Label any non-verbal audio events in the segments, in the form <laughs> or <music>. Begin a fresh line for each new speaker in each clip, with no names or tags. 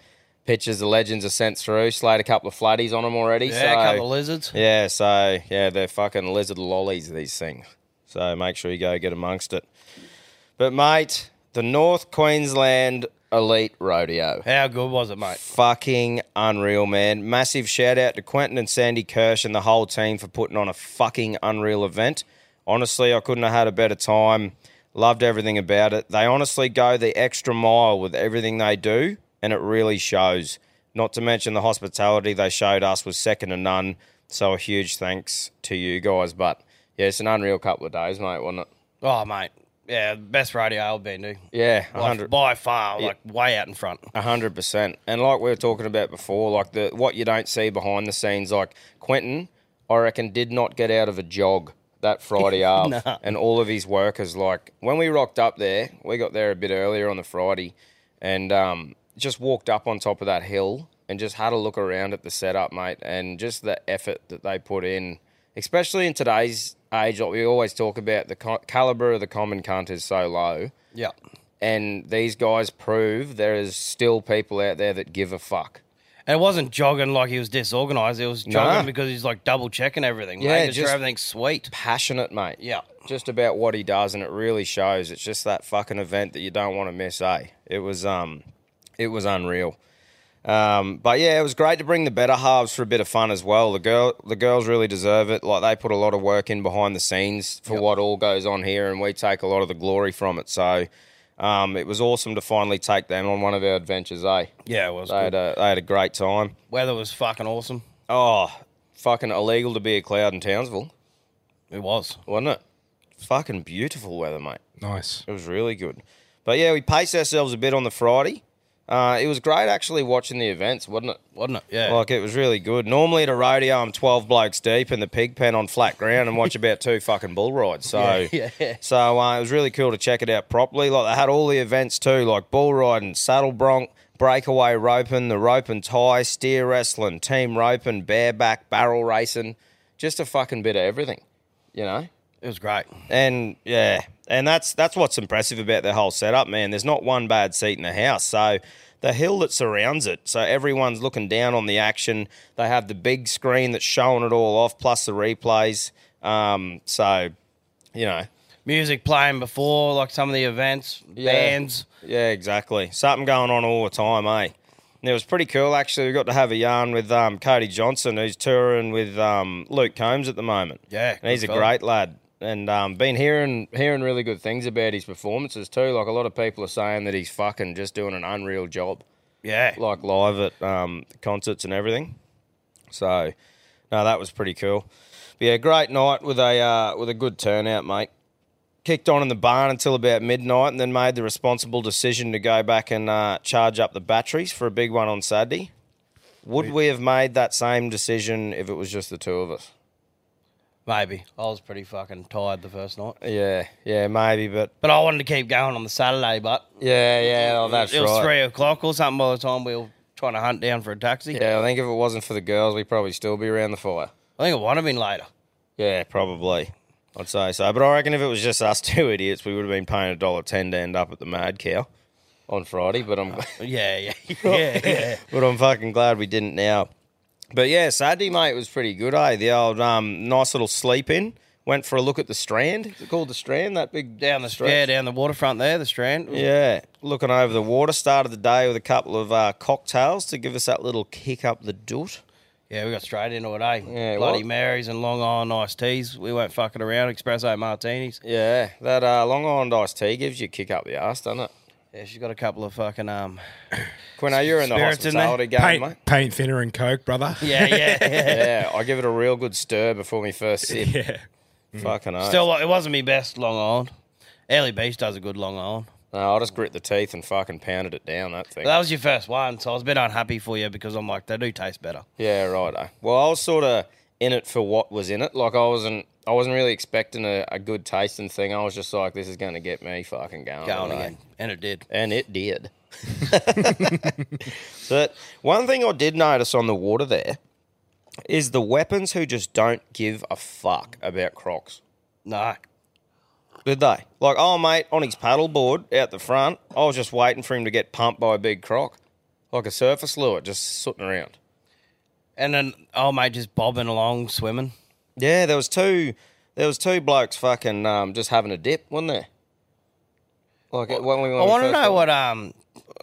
pictures the legends are sent through, slayed a couple of floodies on them already.
Yeah,
so-
a couple of lizards.
yeah, so yeah, they're fucking lizard lollies, these things. So make sure you go get amongst it. But mate, the North Queensland Elite Rodeo.
How good was it, mate?
Fucking unreal, man. Massive shout out to Quentin and Sandy Kirsch and the whole team for putting on a fucking unreal event. Honestly, I couldn't have had a better time. Loved everything about it. They honestly go the extra mile with everything they do, and it really shows. Not to mention the hospitality they showed us was second to none. So a huge thanks to you guys. But yeah, it's an unreal couple of days, mate, wasn't it?
Oh, mate. Yeah, best radio I've been to.
Yeah,
Like,
100.
by far, like way out in front.
Ah.
A hundred percent. And like we were talking about before, like the what you don't see behind the scenes, like Quentin, I reckon, did not get out of a jog that Friday half. And all of his workers, like when we rocked up there, we got there a bit earlier on the Friday and um, just walked up on top of that hill and just had a look around at the setup, mate, and just the effort that they put in, especially in today's age, like we always talk about the co- caliber of the common cunt is so low
Yeah.
and these guys prove there is still people out there that give a fuck.
And it wasn't jogging like he was disorganized. It was jogging because he's like double checking everything,
Yeah,
making sure
just-
everything's sweet.
passionate, mate.
Yeah.
Just about what he does, and it really shows. It's just that fucking event that you don't want to miss, eh? It was um it was unreal. Um, but yeah, it was great to bring the better halves for a bit of fun as well. The girl the girls really deserve it. Like they put a lot of work in behind the scenes for what all goes on here, and we take a lot of the glory from it. So um, it was awesome to finally take them on one of our adventures, eh?
Yeah, it was.
They had a, they had a great time.
Weather was fucking awesome.
Oh, fucking illegal to be a cloud in Townsville,
It was.
wasn't it? Fucking beautiful weather, mate.
Nice.
It was really good. But yeah, we paced ourselves a bit on the Friday. Uh, it was great actually <laughs> watching the events, wasn't it?
Wasn't it? Yeah.
Like it was really good. Normally at a rodeo, I'm 12 blokes deep in the pig pen on flat ground and watch about two fucking bull rides. So,
Yeah, <laughs> yeah.
so uh, it was really cool to check it out properly. Like they had all the events too, like bull riding, saddle bronc, breakaway roping, the rope and tie, steer wrestling, team roping, bareback, barrel racing, just a fucking bit of everything, you know.
it was great.
And yeah, and that's that's what's impressive about their whole setup, man. There's not one bad seat in the house. So the hill that surrounds it, so everyone's looking down on the action. They have the big screen that's showing it all off, plus the replays. Um, so you know,
Music playing before, like some of the events,
Yeah.
bands.
Yeah, exactly. Something going on all the time, eh? And it was pretty cool, actually. We got to have a yarn with um, Cody Johnson, who's touring with um, Luke Combs at the moment.
Yeah,
and he's
good
a
fella.
great lad, and um, been hearing hearing really good things about his performances too. Like a lot of people are saying that he's fucking just doing an unreal job,
Yeah.
like live at um, concerts and everything. So, no, that was pretty cool. But yeah, great night with a uh, with a good turnout, mate. Kicked on in the barn until about midnight, and then made the responsible decision to go back and uh, charge up the batteries for a big one on Saturday. Would we have made that same decision if it was just the two of us?
Maybe. I was pretty fucking tired the first night.
Yeah, yeah, maybe, but
But I wanted to keep going on the Saturday, but
yeah, yeah, oh, that's
it was
right.
three o'clock or something by the time we were trying to hunt down for a taxi.
Yeah, I think if it wasn't for the girls, we'd probably still be around the fire.
I think it would have been later.
Yeah, probably. I'd say so. But I reckon if it was just us <laughs> two idiots, we would have been paying a dollar ten to end up at the Mad Cow on Friday. But I'm,
Yeah, yeah, <laughs> yeah, yeah.
but I'm fucking glad we didn't now. But yeah, Saturday mate was pretty good. Eh, the old um, nice little sleep in. Went for a look at the Strand. Is it called the Strand? That big
down the
stretch?
yeah, down the waterfront there, the Strand.
Yeah, looking over the water. Started the day with a couple of uh, cocktails to give us that little kick up the doot.
Yeah, we got straight into it, eh?
Yeah,
Bloody
what?
Marys and Long Island iced teas. We weren't fucking around. Espresso martinis.
Yeah, that uh, Long Island iced tea gives you a kick up the ass, doesn't it?
Yeah, she's got a couple of fucking um.
Quino, you're in the
Spirits in there?
hospitality game, mate.
Paint, paint thinner and coke, brother.
Yeah, <laughs> yeah.
Yeah, I give it a real good stir before me first sip.
Yeah.
Fucking oath.
Still, it wasn't me best Long Island. Ellie Beach does a good Long Island.
No, I just grit the teeth and fucking pounded it down. That thing.
But that was your first one, so I was a bit unhappy for you because I'm like they do taste better.
Yeah, right. Well, I was sort of in it for what was in it. Like I wasn't, I wasn't really expecting a, a good tasting thing. I was just like, this is going to get me fucking going.
Going
eh?
again, and it did.
and it did. <laughs> but one thing I did notice on the water there is the weapons who just don't give a fuck about Crocs.
No,
Did they? Like, oh mate, on his paddleboard out the front, I was just waiting for him to get pumped by a big croc, like a surface lure, just sitting around.
and then oh mate, just bobbing along swimming.
Yeah, there was two, there was two blokes fucking um, just having a dip, wasn't there? Like when we
I want to know what um.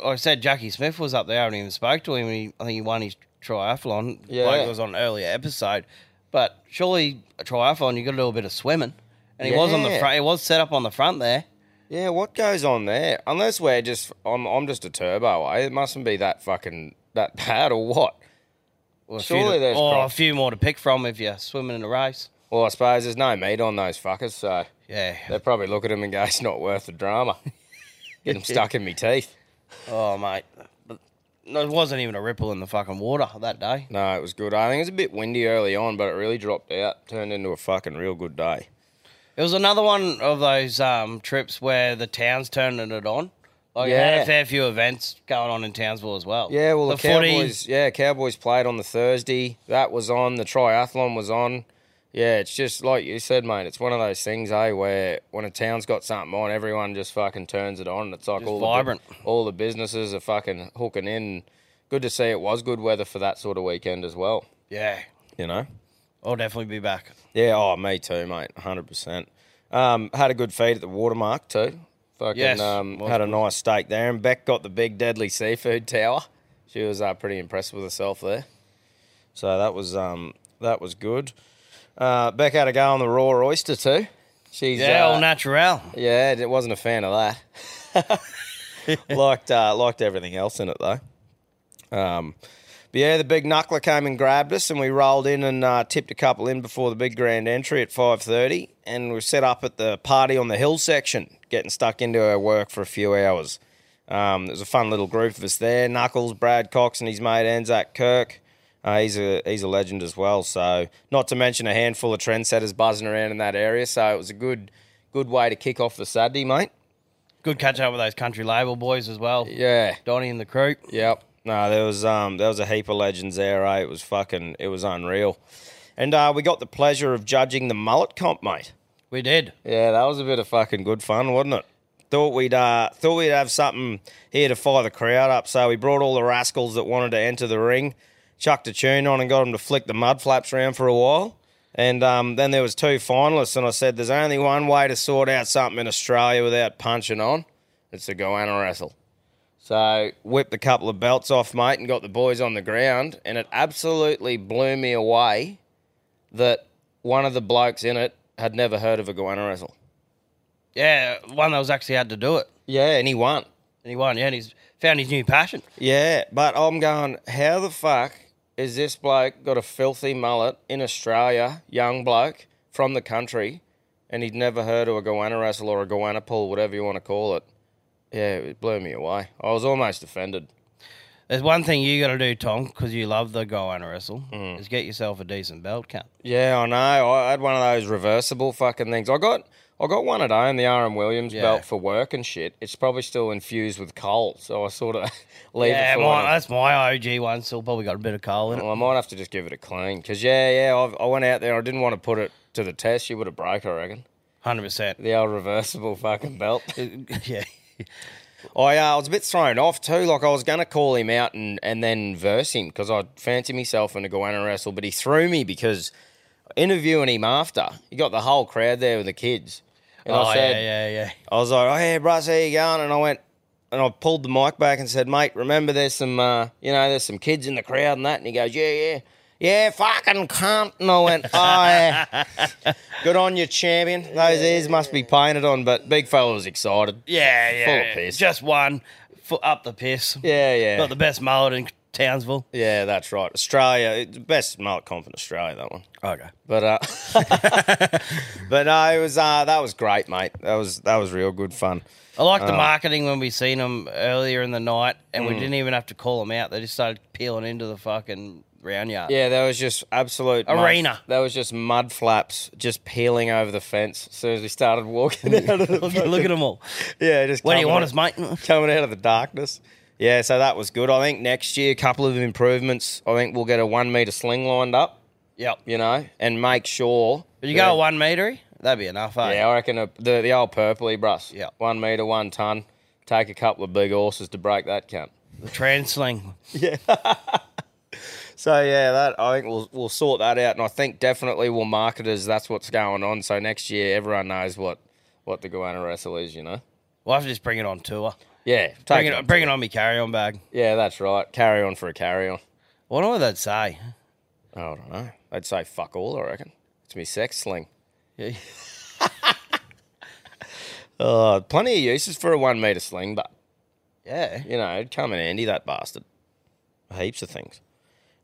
I said Jackie Smith was up there. I haven't even spoke to him. He, I think he won his triathlon.
Yeah.
like it was on an earlier episode. But surely a triathlon, you got to do a bit of swimming. And he was on the
Yeah.
front. He was set up on the front there.
Yeah, what goes on there? Unless we're just, I'm, I'm just a turbo. Eh? It mustn't be that fucking that <laughs> bad or what?
Or a few
Surely
to-
there's
or a
crocs.
few more to pick from if you're swimming in a race.
Well, I suppose there's no meat on those fuckers, so
Yeah.
they probably look at him and go, "It's not worth the drama." <laughs> Get them stuck in me teeth.
Oh mate, But there wasn't even a ripple in the fucking water that day.
No, it was good. I think it was a bit windy early on, but it really dropped out. Turned into a fucking real good day.
It was another one of those um, trips where the town's turning it on. Like yeah. had
Yeah.
a fair few events going on in Townsville as well.
Yeah, well, the,
footy-
Cowboys. Yeah, Cowboys played on the Thursday. That was on. The triathlon was on. Yeah, it's just like you said, mate. It's one of those things, eh, where when a town's got something on, everyone just fucking turns it on. And it's like
Just
all
vibrant.
The, bu- all the businesses are fucking hooking in. Good to see it was good weather for that sort of weekend as well.
Yeah.
You know.
I'll definitely be back.
Yeah. Oh, me too, mate. Hundred percent. Um, had a good feed at the watermark too. Fucking
Yes,
um,
was
had a nice steak there, and Beck got the big deadly seafood tower. She was uh, pretty impressed with herself there. So that was um, that was good. Uh, Beck had a go on the raw oyster too. She's
Yeah,
uh,
all natural.
yeah, it wasn't a fan of that. <laughs> liked uh, liked everything else in it though. Um, but yeah, the big knuckler came and grabbed us, and we rolled in and uh, tipped a couple in before the big grand entry at five thirty, and we were set up at the party on the hill section, getting stuck into our work for a few hours. Um, there was a fun little group of us there: Knuckles, Brad Cox, and his mate Anzac Kirk. Uh, he's a he's a legend as well. So, not to mention a handful of trendsetters buzzing around in that area. So it was a good good way to kick off the Saturday, mate.
Good catch up with those country label boys as well.
Yeah,
Donnie and the crew.
Yep. No, there was um there was a heap of legends there, eh? It was fucking it was unreal. And uh, we got the pleasure of judging the mullet comp, mate.
We did.
Yeah, that was a bit of fucking good fun, wasn't it? Thought we'd uh thought we'd have something here to fire the crowd up, so we brought all the rascals that wanted to enter the ring, chucked a tune on and got them to flick the mud flaps around for a while. And um, then there was two finalists, and I said, "There's only one way to sort out something in Australia without punching on. It's to go and wrestle." So whipped a couple of belts off, mate, and got the boys on the ground. And it absolutely blew me away that one of the blokes in it had never heard of a guana wrestle.
Yeah, one that was actually had to do it.
Yeah, and he won.
And he won. Yeah, and he's found his new passion.
Yeah, but I'm going, how the fuck is this bloke got a filthy mullet in Australia, young bloke from the country, and he'd never heard of a guana wrestle or a guana pull, whatever you want to call it? Yeah, it blew me away. I was almost offended.
There's one thing you got to do, Tom, because you love the go and wrestle,
Mm.
is get yourself a decent belt cut.
Yeah, I know. I had one of those reversible fucking things. I got I got one at home, the RM Williams
Yeah.
belt for work and shit. It's probably still infused with coal, so I sort of <laughs> leave
yeah,
it for
my,
when I-
that's my OG one. Still probably got a bit of coal in it.
Well, I might have to just give it a clean because yeah, yeah, I've, I went out there. I didn't want to put it to the test. She would have broke, I reckon.
Hundred percent.
<laughs> The old reversible
<laughs>
fucking belt.
Yeah.
I, uh, I was a bit thrown off too. Like I was going to call him out and, and then verse him because I fancy myself in a Goanna wrestle, but he threw me because interviewing him after, he got the whole crowd there with the kids. And
Oh
I said,
yeah, yeah, yeah.
I was like, oh, yeah, Russ, how you going? And I went, and I pulled the mic back and said, mate, remember there's some, uh, you know, there's some kids in the crowd and that. And he goes, yeah, yeah, yeah, fucking cunt. And I went,
<laughs>
oh, yeah. Good on you, champion. Those ears must be painted on, but big fella was excited.
Yeah, yeah.
Full of piss.
Just one foot up the piss.
Yeah, yeah.
Got the best mullet in Townsville.
yeah, that's right. Australia, it's the best mullet comp in Australia, that one.
Okay.
But
<laughs>
uh, <laughs> but no, it was uh, that was great, mate. That was that was real good fun.
I like
Ah.
the marketing when we seen them earlier in the night, and
Hmm.
we didn't even have to call them out. They just started peeling into the fucking round yard.
Yeah, that was just absolute
Arena.
Mud, that was just mud flaps just peeling over the fence as soon as we started walking out of the
<laughs> <laughs> Look, at- look at them all.
yeah. Just
What do you
coming
want us,
out-
mate?
coming out of the darkness? Yeah, so that was good. I think next year, a couple of improvements. I think we'll get a one meter sling lined up,
yep.
you know, and make sure.
But you
that-
go one metery, that'd be enough, eh?
Yeah, I reckon a, the the old purpley brush.
Yeah.
one meter, one ton. Take a couple of big horses to break that cunt.
The trans sling.
So yeah, that I think we'll we'll sort that out, and I think definitely we'll market as that's what's going on. So next year, everyone knows what what the Guana wrestle is, you know.
We'll have to just bring it on tour.
Yeah, take
Bring
it
it,
up.
bring it on me carry on bag.
Yeah, that's right. Carry on for a carry on.
I wonder what they'd say.
I don't know. I'd say fuck all. I reckon it's me sex sling. <laughs>
Yeah.
Uh, plenty of uses for a one meter sling, but
Yeah.
you know, it'd come in handy that bastard. Heaps of things.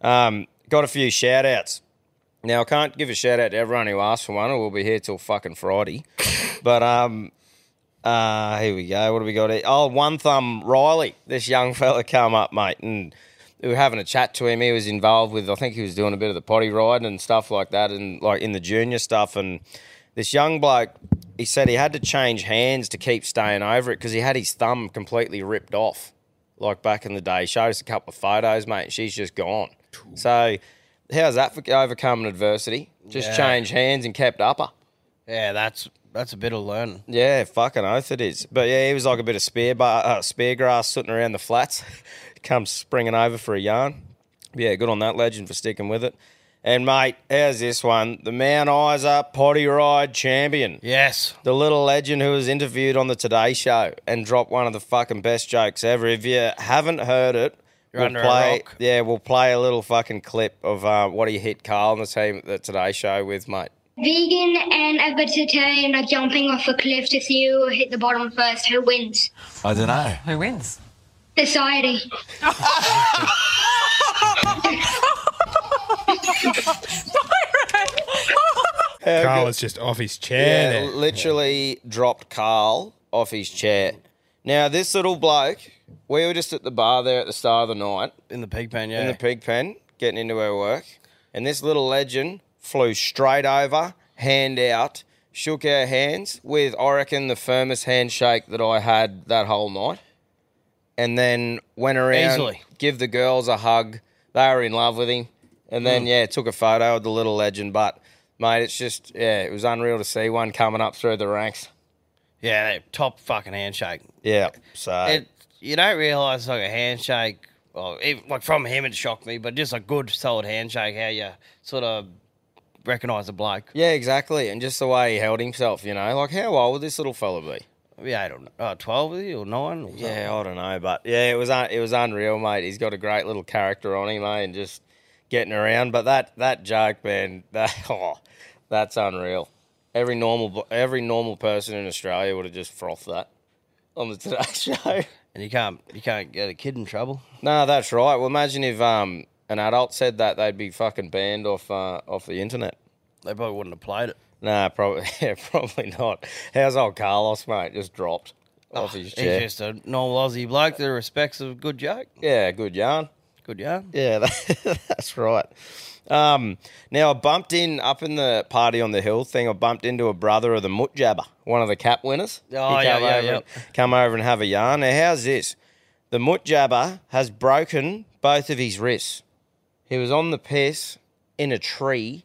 Um, got a few shout outs. Now I can't give a shout out to everyone who asked for one, or we'll be here till fucking Friday. but um uh here we go. What do we got here? Oh, one thumb Riley, this young fella come up, mate, and we were having a chat to him. He was involved with I think he was doing a bit of the potty riding and stuff like that, and like in the junior stuff and this young bloke, he said he had to change hands to keep staying over it because he had his thumb completely ripped off like back in the day. Showed us a couple of photos, mate. and She's just gone. So, how's that for overcoming adversity? Just
Yeah.
changed hands and kept upper.
Yeah, that's that's a bit of learning.
Yeah, fucking oath it is. But yeah, he was like a bit of spear, bar, uh, spear grass sitting around the flats. <laughs> comes springing over for a yarn. Yeah, good on that legend for sticking with it. And mate, how's this one? The Mount Isa potty ride champion.
Yes.
The little legend who was interviewed on the Today Show and dropped one of the fucking best jokes ever. If you haven't heard it,
under a
play.
rock.
Yeah, we'll play a little fucking clip of uh, what he hit Carl on the team at the Today Show with, mate.
Vegan and a vegetarian are jumping off a cliff to see who will hit the bottom first. Who wins?
I don't know.
Who wins?
Society.
Carl is just off his chair.
Yeah,
there.
literally dropped Carl off his chair. Now this little bloke, we were just at the bar there at the start of the night
In the pig pen, yeah.
in the pig pen, getting into our work, and this little legend flew straight over, hand out, shook our hands with I reckon the firmest handshake that I had that whole night, and then went around,
Easily.
give the girls a hug. They were in love with him, and
Hmm.
then yeah, took a photo of the little legend, but. Mate, it's just yeah, it was unreal to see one coming up through the ranks.
yeah, they- top fucking handshake.
Yeah. So
It, you don't realise like a handshake, well, even, like from him it shocked me, but just a good solid handshake, how you sort of recognise a bloke.
yeah, exactly, and just the way he held himself, you know, like how old would this little fella be?
Yeah, I don't know, uh, 12 is he or 9? Or something.
Yeah, I don't know, but yeah, it was un- it was unreal, mate. He's got a great little character on him, eh, and just getting around. But that that joke, man, <laughs> that oh, that's unreal. Every normal blo- every normal person in Australia would have just frothed that on the Today <laughs> Show.
And you can't you can't get a kid in trouble.
no, that's right. Well, imagine if um an adult said that, they'd be fucking banned off uh, off the internet.
They probably wouldn't have played it.
Nah, probably <laughs> yeah, probably not. How's old Carlos, mate? Just dropped off his chair.
He's just a normal Aussie bloke that respects a good joke.
yeah, good yarn.
Good yarn.
Yeah, <laughs> that, that's right. Um, now I bumped in up in the party on the hill thing. I bumped into a brother of the Mut Jabber, one of the cap winners.
Oh,
He
yeah,
come
yeah,
over
yeah.
and- Come over and have a yarn. Now, how's this? The Mut Jabber has broken both of his wrists. He was on the piss in a tree,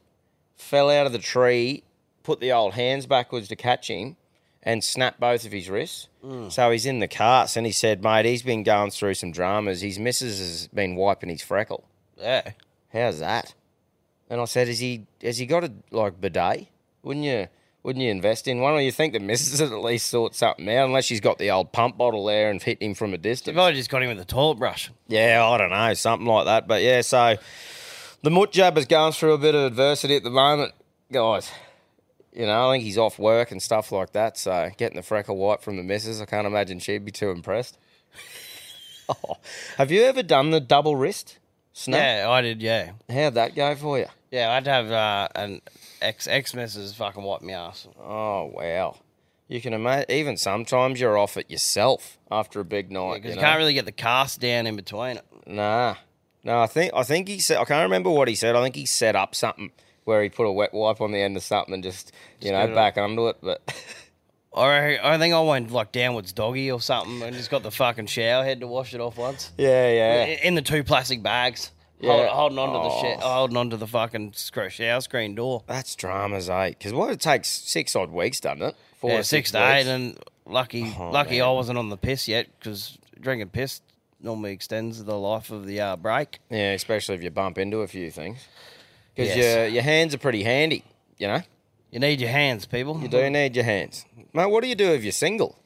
fell out of the tree, put the old hands backwards to catch him, and snapped both of his wrists. So he's in the carts, and he said, "Mate, he's been going through some dramas. His missus has been wiping his freckle."
Yeah.
how's that? And I said, has he has he got a like bidet? Wouldn't you wouldn't you invest in one? Or you think the missus <laughs> would at least sort something out, unless she's got the old pump bottle there and hit him from a
They
distance.
probably just got him with a toilet brush.
Yeah, I don't know, something like that. But yeah, so the Mut Jab is going through a bit of adversity at the moment, guys. You know, I think he's off work and stuff like that. So getting the freckle white from the missus, I can't imagine she'd be too impressed. <laughs> oh, have you ever done the double wrist snap?
Yeah, I did, yeah.
How'd that go for you?
Yeah, I'd have uh, an ex ex missus fucking wipe me ass.
Oh wow! You can imagine. Even sometimes you're off it yourself after a big night.
Because you
you
can't
know?
really get the cast down in between it.
Nah, no. I think I think he said. I can't remember what he said. I think he set up something where he put a wet wipe on the end of something and just you know back under it. But <laughs>
Or I, I think I went like downwards doggy or something and just got the fucking shower head to wash it off once.
yeah, yeah.
I- In the two plastic bags.
Yeah.
Hold, holding on to the shit,
Oh.
holding on to the fucking screw shower screen door.
That's dramas, eh? Because what it takes six odd weeks, doesn't it? Four
yeah,
to
six, to
weeks.
eight, and lucky,
Oh,
lucky I wasn't on the piss yet because drinking piss normally extends the life of the uh, break.
yeah, especially if you bump into a few things. Because
Yes.
your your hands are pretty handy. You know,
You need your hands, people.
you do need your hands, mate. What do you do if you're single?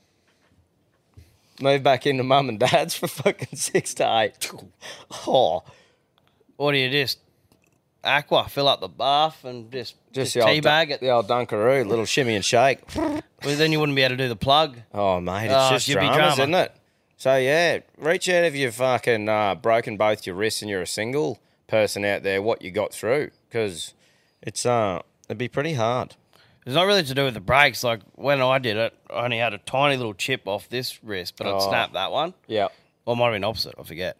Move back into mum and dad's for <laughs> fucking six to eight. <laughs> Oh,
Or do you just aqua, fill up the bath, and just just,
just the old,
teabag
dun-
it?
the old Dunkaroo, little shimmy and shake.
Well, then you wouldn't be able to do the plug.
Oh, mate, it's
Oh,
just
should be
dramas,
drama.
isn't it? So yeah, reach out if you've fucking uh, broken both your wrists and you're a single person out there. What you got through? Because it's uh, it'd be pretty hard.
It's not really to do with the brakes. Like when I did it, I only had a tiny little chip off this wrist, but
Oh.
I'd snapped that one.
Yeah.
Or it might have been opposite, I forget.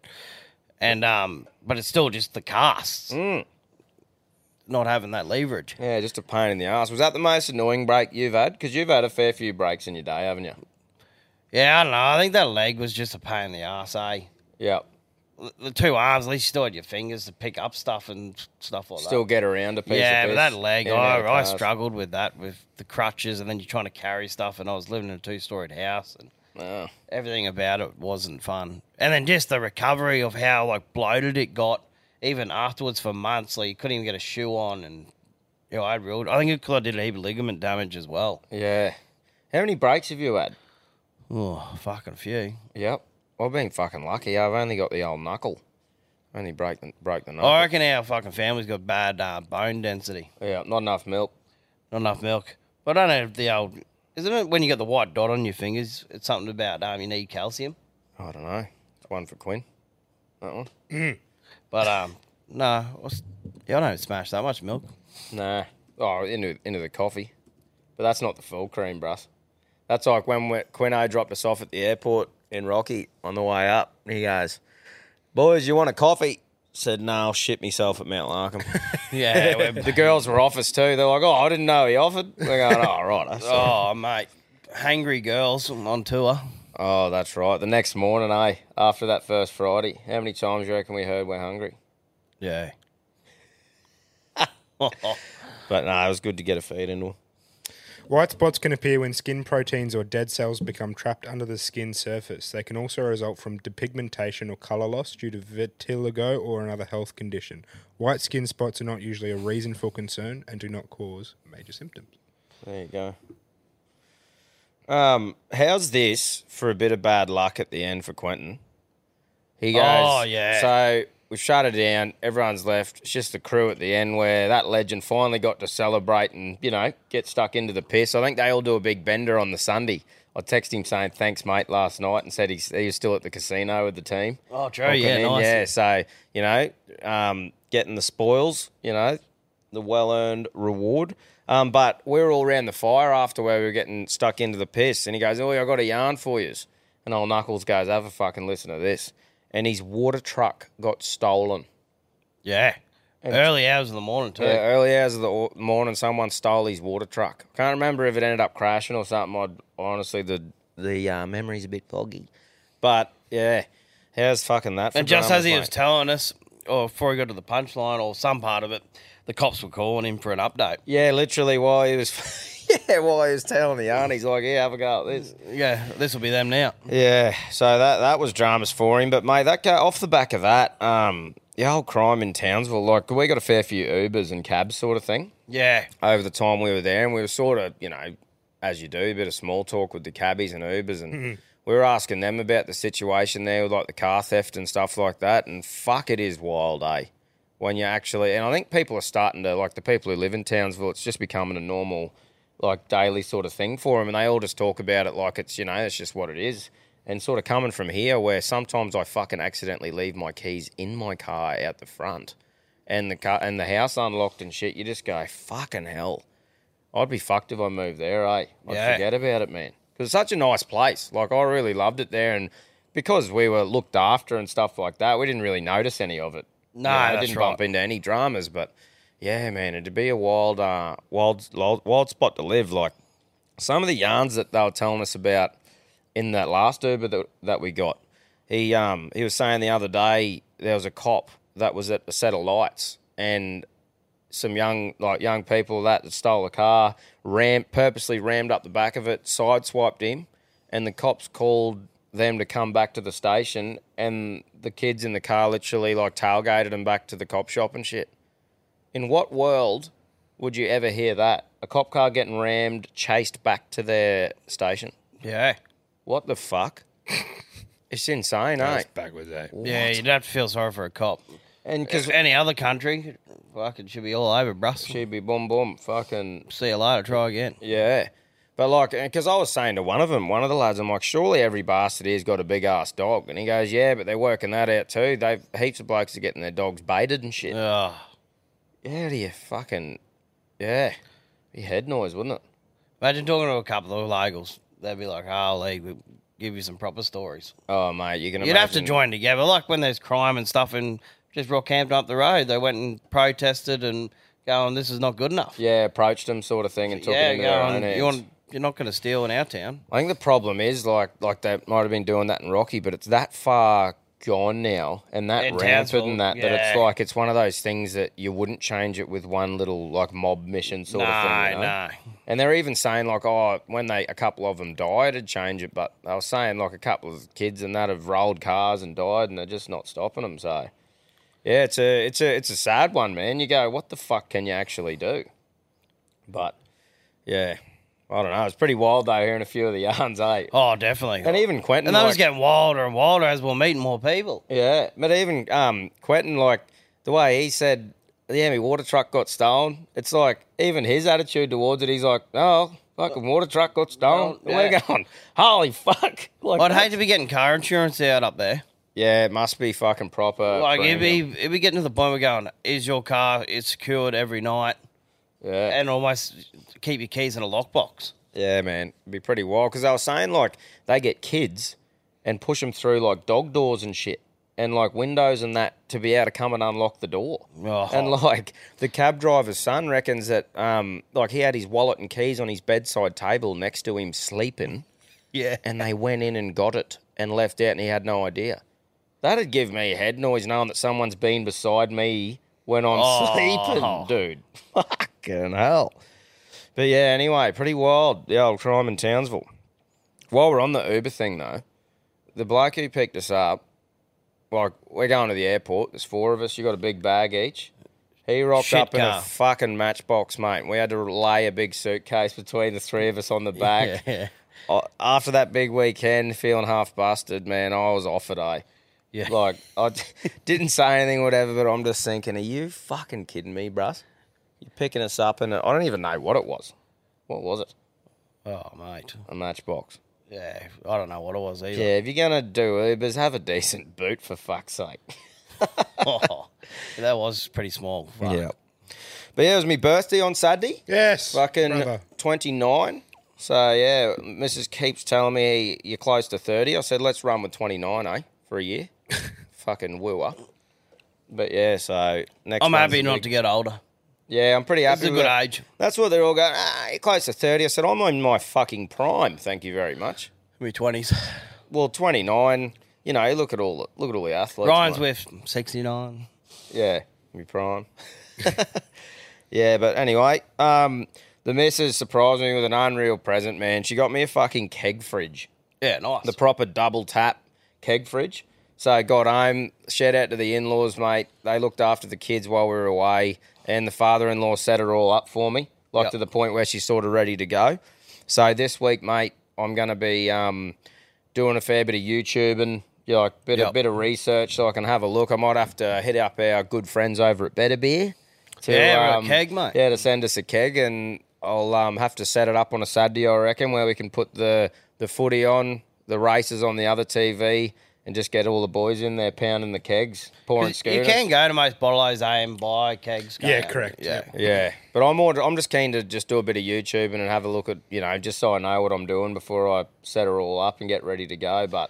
And um, but it's still just the casts.
Hmm.
Not having that leverage.
Yeah, just a pain in the ass. Was that the most annoying break you've had? Because you've had a fair few breaks in your day, haven't you?
Yeah, I don't know. I think that leg was just a pain in the ass, eh?
Yeah.
The- The two arms, at least you still had your fingers to pick up stuff and stuff like
Still
that.
get around a piece.
yeah,
of
but
piss
that leg,
in and out of
I, I
cars.
struggled with that with the crutches, and then you're trying to carry stuff, and I was living in a two storied house, and Everything about it wasn't fun. And then just the recovery of how like bloated it got, even afterwards for months, like you couldn't even get a shoe on, and you know I had real. I think it 'cause I did a heap of ligament damage as well.
Yeah. How many breaks have you had?
Oh, fucking few.
Yep. I've been fucking lucky. I've only got the old knuckle. Only break the, broke the knuckle.
I reckon our fucking family's got bad uh, bone density.
Yeah, not enough milk.
not enough milk. But I don't know if the old isn't it when you got the white dot on your fingers, it's something about um you need calcium.
I don't know. It's one for Quinn. That one.
But um no, I was- yeah, I don't smash that much milk.
Nah. Oh, into into the coffee, but that's not the full cream, bruh. That's like when we, Quino dropped us off at the airport in Rocky on the way up. He goes, "Boys, you want a coffee?" Said, "No, I'll shit myself at Mount Larkham."
Yeah,
<laughs>
we're,
the girls were off us too. They're like, "Oh, I didn't know he offered." We're going, "Oh, right." that's
<laughs>
all."
oh mate, hangry girls on tour.
oh, that's right. The next morning, eh? After that first Friday, how many times do you reckon we heard we're hungry?
Yeah,
But no, it was good to get a feed into. 'em.
White spots can appear when skin proteins or dead cells become trapped under the skin surface. They can also result from depigmentation or color loss due to vitiligo or another health condition. White skin spots are not usually a reason for concern and do not cause major symptoms.
There you go. Um, how's this for a bit of bad luck at the end for Quentin? He goes,
Oh, yeah.
So we've shut it down. Everyone's left. It's just the crew at the end where that legend finally got to celebrate and you know get stuck into the piss. I think they all do a big bender on the Sunday. I texted him saying thanks, mate, last night, and said he's, he was still at the casino with the team.
Oh, true,
Welcome
yeah, nice.
yeah. So you know, um, getting the spoils, you know, the well earned reward. Um, but we were all around the fire after where we were getting stuck into the piss. And he goes, Oh, I got a yarn for you. And old Knuckles goes, Have a fucking listen to this. And his water truck got stolen.
yeah. Early hours in the morning too.
Yeah, early hours of the au- morning, someone stole his water truck. Can't remember if it ended up crashing or something. I'd, honestly, the the uh, memory's a bit foggy. But yeah, how's fucking that? For
And just
dramas,
as he was
mate?
telling us, or before he got to the punchline or some part of it, the cops were calling him for an update.
Yeah, literally while he was <laughs> Yeah, while he was telling the yarn, he's like, Yeah, have a go at this.
Yeah, this will be them now.
Yeah, so that that was dramas for him. But mate, that guy off the back of that, um, the whole crime in Townsville, like we got a fair few Ubers and cabs sort of thing
Yeah,
over the time we were there, and we were sort of, you know, as you do, a bit of small talk with the cabbies and Ubers, and we were asking them about the situation there with like the car theft and stuff like that. And fuck, it is wild, eh? When you actually, and I think people are starting to like the people who live in Townsville. It's just becoming a normal, like daily sort of thing for them, and they all just talk about it like it's you know it's just what it is. And sort of coming from here, where sometimes I fucking accidentally leave my keys in my car out the front and the car and the house unlocked and shit, you just go fucking hell. I'd be fucked if I moved there, eh? I'd
Yeah.
forget about it, man. Because it's such a nice place. Like I really loved it there, and because we were looked after and stuff like that, we didn't really notice any of it.
No,
I
that's
didn't bump
right.
into any dramas, but yeah, man, it'd be a wild, uh, wild, wild, wild spot to live. Like some of the yarns that they were telling us about in that last Uber that, that we got. He um he was saying the other day there was a cop that was at a set of lights and some young like young people that that stole a car rammed purposely rammed up the back of it, sideswiped him, and the cops called them to come back to the station and the kids in the car literally like tailgated them back to the cop shop and shit. In what world would you ever hear that? A cop car getting rammed, chased back to their station.
yeah,
What the fuck? <laughs> it's insane, eh?
backwards, eh?
yeah. You'd have to feel sorry for a cop.
And
Because
because
any other country, fucking should be all over Brussels.
she'd be boom, boom, fucking
See you later. Try again.
yeah. But like, because I was saying to one of them, one of the lads, I'm like, surely every bastard here's got a big ass dog, and he goes, yeah, but they're working that out too. They've heaps of blokes are getting their dogs baited and shit.
Ugh.
Yeah, do you fucking yeah? Be head noise, wouldn't it?
Imagine talking to a couple of locals. They'd be like, oh, Lee, we'll give you some proper stories.
Oh mate, you can.
You'd have to
imagine-
join together. Like when there's crime and stuff in just Rockhampton up the road, they went and protested and going, this is not good enough.
Yeah, approached them sort of thing and took it
yeah
into their own
going,
hands.
you want, you're not going to steal in our town.
I think the problem is like like they might have been doing that in Rocky, but it's that far gone now, and that
In
rampant and that
Townsville,
that it's
yeah.
like it's one of those things that you wouldn't change it with one little like mob mission sort of
Nah,
thing. You know?
nah.
And they're even saying like, oh, when they a couple of them died, it'd change it. But they were saying like a couple of kids and that have rolled cars and died, and they're just not stopping them. So yeah, it's a it's a it's a sad one, man. You go, what the fuck can you actually do? But yeah, I don't know. It's pretty wild though hearing a few of the <laughs> yarns, eh?
Oh, definitely.
And even Quentin,
And that was
like-
getting wilder and wilder as we're meeting more people.
yeah, but even um, Quentin, like the way he said the Emmy water truck got stolen, it's like even his attitude towards it, he's like, oh, fucking water truck got stolen.
Well,
We're
yeah.
going, <laughs> holy fuck. <laughs> Like,
I'd hate to be getting car insurance out up there.
Yeah, it must be fucking proper.
like it'd
premium.
be it'd be getting to the point we're going, is your car it's secured every night
Yeah.
and almost keep your keys in a lockbox.
Yeah, man, it'd be pretty wild because they were saying like they get kids and push them through like dog doors and shit and like windows and that to be able to come and unlock the door.
Oh.
And like the cab driver's son reckons that um like he had his wallet and keys on his bedside table next to him sleeping
Yeah.
and they went in and got it and left out and he had no idea. That'd give me head noise knowing that someone's been beside me when I'm
Oh.
sleeping, dude. <laughs> Fucking hell. But yeah, anyway, pretty wild, the old crime in Townsville. While we're on the Uber thing though, the bloke who picked us up, like we're going to the airport, there's four of us, you got a big bag each. He rocked
Shit
up in a
car.
fucking matchbox, mate. We had to lay a big suitcase between the three of us on the back.
<laughs> Yeah.
I- after that big weekend, feeling half busted, man, I was off it, eh?
Yeah.
Like, I d- <laughs> didn't say anything, whatever, but I'm just thinking, are you fucking kidding me, bruss? You're picking us up, and uh, I don't even know what it was. What was it?
Oh mate.
A matchbox.
Yeah. I don't know what it was either.
Yeah, if you're going to do Ubers, have a decent boot for fuck's sake.
Oh, <laughs> that was pretty small. Fuck.
But yeah, it was my birthday on Saturday.
Yes.
fucking
brother.
29. So yeah, Mrs. keeps telling me you're close to 30. I said, let's run with 29, eh, for a year. <laughs> fucking woo up. But yeah, so next.
I'm
one's
happy
a
not
big-
to get older.
Yeah, I'm pretty happy.
It's a
with
good
that.
age.
That's what they're all going. Ah, you're close to 30. I said, I'm in my fucking prime. Thank you very much.
Mid twenties.
Well, 29. You know, look at all the look at all the athletes.
Ryan's
mate.
with sixty nine.
Yeah, me prime. <laughs> yeah, but anyway, um, the missus surprised me with an unreal present, man. She got me a fucking keg fridge,
Yeah, nice.
the proper double tap keg fridge. So I got home, shout out to the in laws, mate. They looked after the kids while we were away, and the father in law set it all up for me, like
Yep.
to the point where she's sort of ready to go. So this week, mate, I'm going to be um, doing a fair bit of YouTube and you know, like bit a
Yep.
bit of research so I can have a look. I might have to hit up our good friends over at Better Beer. To, um,
Yeah, we're a keg, mate.
Yeah, to send us a keg, and I'll um, have to set it up on a Saturday, I reckon, where we can put the the footy on, the races on the other TV, and just get all the boys in there pounding the kegs, pouring
you
scooters.
can go to most bottlers and buy kegs. can't
Yeah,
you?
correct.
Yeah.
Yeah, but I'm more, I'm just keen to just do a bit of YouTube and have a look at you know just so I know what I'm doing before I set her all up and get ready to go. But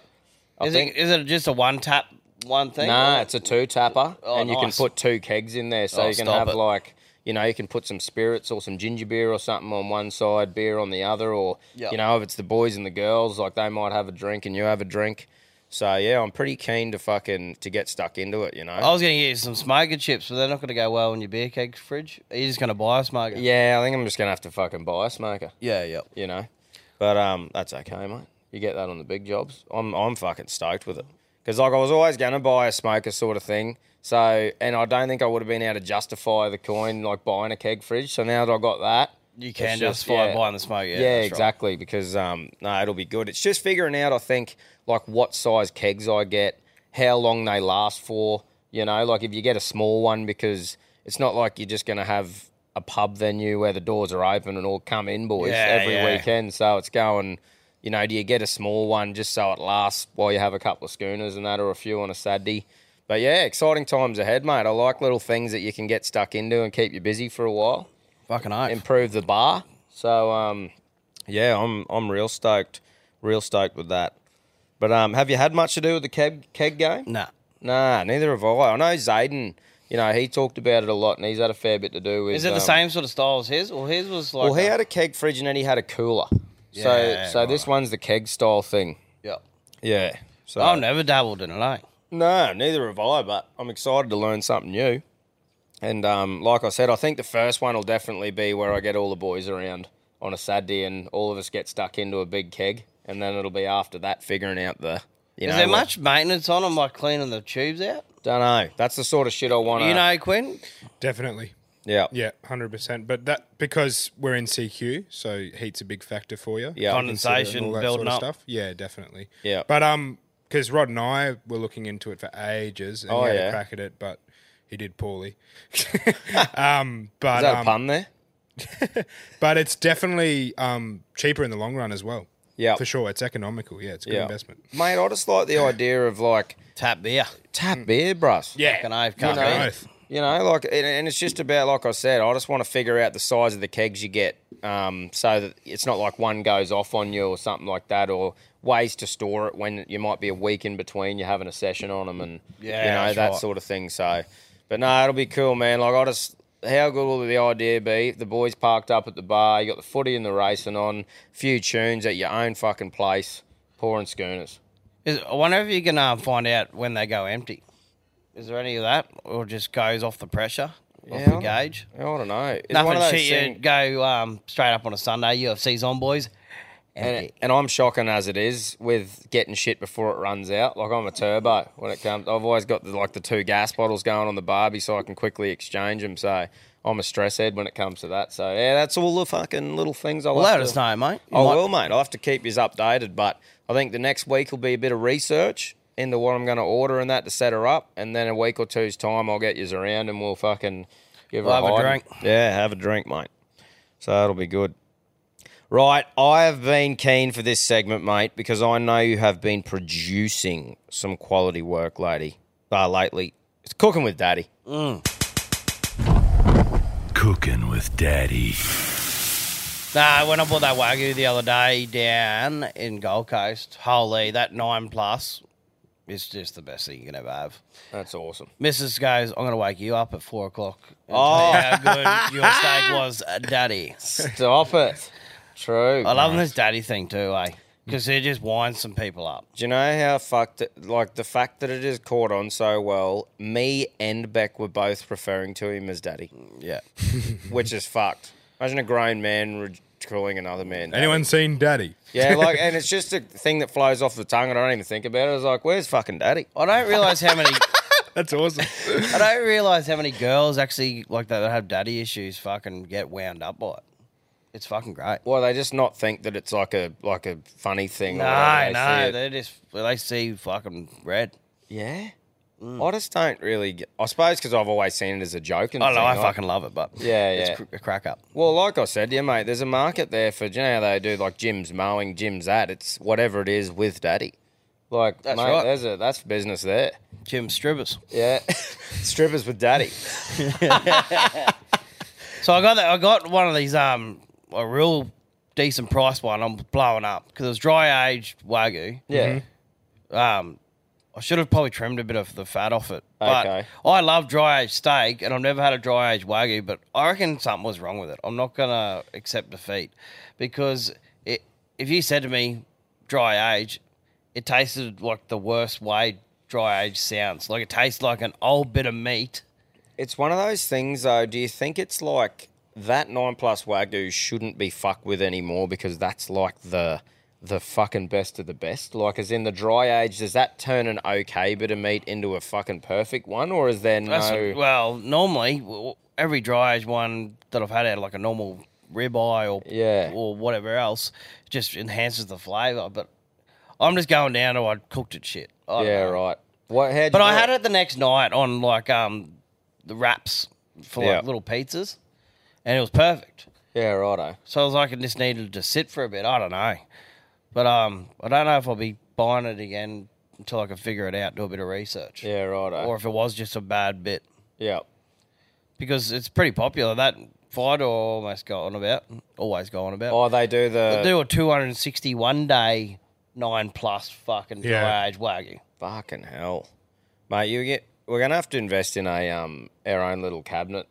I
Is
think
it is it just a one tap one thing?
no,
or-
it's a two tapper,
Oh,
and you
nice.
can put two kegs in there, so
Oh,
you can
stop
have
it.
like you know you can put some spirits or some ginger beer or something on one side, beer on the other, or
Yeah.
you know if it's the boys and the girls, like they might have a drink and you have a drink. So yeah, I'm pretty keen to fucking to get stuck into it, you know.
I was going to get you some smoker chips, but they're not going to go well in your beer keg fridge. Are you just going to buy a smoker?
yeah, I think I'm just gonna have to fucking buy a smoker,
yeah, yeah.
you know. But um, that's okay, mate. You get that on the big jobs. I'm I'm fucking stoked with it because like I was always gonna buy a smoker sort of thing. So and I don't think I would have been able to justify the coin like buying a keg fridge. So now that I got that,
You can just
it's just-
justify
yeah.
buying the smoker. Yeah,
yeah,
that's right.
exactly. Because um, no, it'll be good. It's just figuring out, I think, like what size kegs I get, how long they last for. You know, like if you get a small one, because it's not like you're just gonna have a pub venue where the doors are open and all come in boys
Yeah,
every
yeah.
weekend. So it's going. You know, do you get a small one just so it lasts while you have a couple of schooners and that, or a few on a Saturday? But yeah, exciting times ahead, mate. I like little things that you can get stuck into and keep you busy for a while
Fucking oath.
improve the bar. So um, yeah, I'm I'm real stoked, real stoked with that. But um, have you had much to do with the keg keg game?
nah.
Nah, neither have I. I know Zayden. You know he talked about it a lot, and he's had a fair bit to do with.
Is it the
um,
same sort of style as his? Or his was like.
Well, he
a-
had a keg fridge, and then he had a cooler.
Yeah,
so so this one's the keg style thing.
yeah. Oh,
Yeah. So
I've never dabbled in it, eh?
No, neither have I, but I'm excited to learn something new. And um, like I said, I think the first one will definitely be where I get all the boys around on a Saturday and all of us get stuck into a big keg. And then it'll be after that figuring out the. You
Is
know,
there much maintenance on them, like cleaning the tubes out?
Don't know. That's the sort of shit I want to.
You know, Quinn.
Definitely.
Yeah.
Yeah, hundred percent. But that because we're in CQ, so heat's a big factor for you.
Yeah.
Condensation
all that
building
sort of
up.
stuff. Yeah, definitely.
Yeah.
But um, because Rod and I were looking into it for ages, and
Oh,
he had
yeah.
a crack at it, but he
<laughs>
did poorly. <laughs> um, but
Is that
um,
a pun there?
but it's definitely um cheaper in the long run as well.
Yeah.
for sure. It's economical. Yeah, it's a good
Yeah.
investment.
Mate, I just like the idea of like
Tap beer.
tap beer, brus.
Yeah,
Can I have
You
can't
know,
beat.
Both.
you know, like, and, and it's just about like I said. I just want to figure out the size of the kegs you get, um, so that it's not like one goes off on you or something like that, or ways to store it when you might be a week in between you're having a session on them, and
Yeah,
you know
that's
that
right.
sort of thing. So, but no, it'll be cool, man. Like I just. How good will the idea be? if The boys parked up at the bar. You got the footy and the racing on. A few tunes at your own fucking place. Pouring schooners.
Is, I wonder if you can um, find out when they go empty. Is there any of that, or just goes off the pressure, off
Yeah.
the gauge?
I don't know. It's one
Nothing
of those
shit.
thing-
You go um, straight up on a Sunday. UFC's on, boys.
And, and I'm shocking as it is with getting shit before it runs out. Like I'm a turbo when it comes. I've always got the, like the two gas bottles going on the barbie, so I can quickly exchange them. So I'm a stress head when it comes to that. So yeah, that's all the fucking little things. I'll
Let
have
us
to,
know, mate. You
I
might-
will, mate. I'll have to keep yous updated, but I think the next week will be a bit of research into what I'm going to order and that to set her up, and then a week or two's time, I'll get yous around and we'll fucking give her
We'll have a
hiding.
drink.
Yeah, have a drink, mate. So it'll be good. Right, I have been keen for this segment, mate, because I know you have been producing some quality work, lady. Uh, lately, it's cooking with daddy.
Cooking with Daddy.
Nah, when I bought that wagyu the other day down in Gold Coast, holy, that nine plus is just the best thing you can ever have.
That's awesome.
Mrs. goes, I'm going to wake you up at four o'clock. And oh, how good your steak
<laughs>
was, uh, Daddy.
Stop it. True.
I love this Daddy thing too, eh? Because it just winds some people up.
Do you know how fucked? It, like the fact that it is caught on so well. Me and Beck were both referring to him as daddy,
Yeah.
which is fucked. Imagine a grown man re- calling another man. daddy.
Anyone seen Daddy?
Yeah, like, and it's just a thing that flows off the tongue, and I don't even think about it. I was like, "Where's fucking daddy?"
I don't realize how <laughs> many.
<laughs>
That's awesome.
I don't realize how many girls actually like that, that have daddy issues fucking get wound up by it. It's fucking great.
Well, they just not think that it's like a like a funny thing. or
No,
whatever. They see
no,
it.
they just they see fucking red.
yeah. I just don't really. Get, I suppose because I've always seen it as a joke. And
Mm. I don't know.
thing,
I
like-
fucking love it, but
Yeah,
it's
yeah.
cr- a crack up.
Well, like I said, to you mate, there's a market there for do you know how they do like gyms mowing, gyms that. It's whatever it is with daddy. Like
That's
mate,
right.
there's a that's business there.
Jim Stribbers.
<laughs> Yeah, strippers with daddy.
So I got that, I got one of these um a real decent price one. I'm blowing up because it was dry aged wagyu.
Yeah,
Um, I should have probably trimmed a bit of the fat off it. But
Okay.
I love dry aged steak, and I've never had a dry aged wagyu. But I reckon something was wrong with it. I'm not gonna accept defeat because it, if you said to me dry aged, it tasted like the worst way dry aged sounds. Like it tastes like an old bit of meat.
it's one of those things though. Do you think it's like that nine plus wagyu shouldn't be fucked with anymore because that's like the the fucking best of the best. Like as in the dry age, does that turn an okay bit of meat into a fucking perfect one, or is there no?
That's, Well, normally w- every dry aged one that I've had out of like a normal ribeye or
Yeah.
or whatever else just enhances the flavour. But I'm just going down to I cooked it shit. I don't
yeah,
know.
right. What? How'd you
But I
do
had it the next night on like um the wraps for
Yeah.
like little pizzas, and it was perfect.
Yeah, righto.
So I was like, I just needed to sit for a bit. I don't know, but um, I don't know if I'll be buying it again until I can figure it out, do a bit of research,
Yeah, righto.
or if it was just a bad bit.
yeah.
because it's pretty popular. That Fido almost go on about, always go on about.
Oh, they do the
they do a 261 day nine plus fucking
Yeah.
dry age wagyu.
fucking hell, mate. You get. We're gonna have to invest in a um our own little cabinet.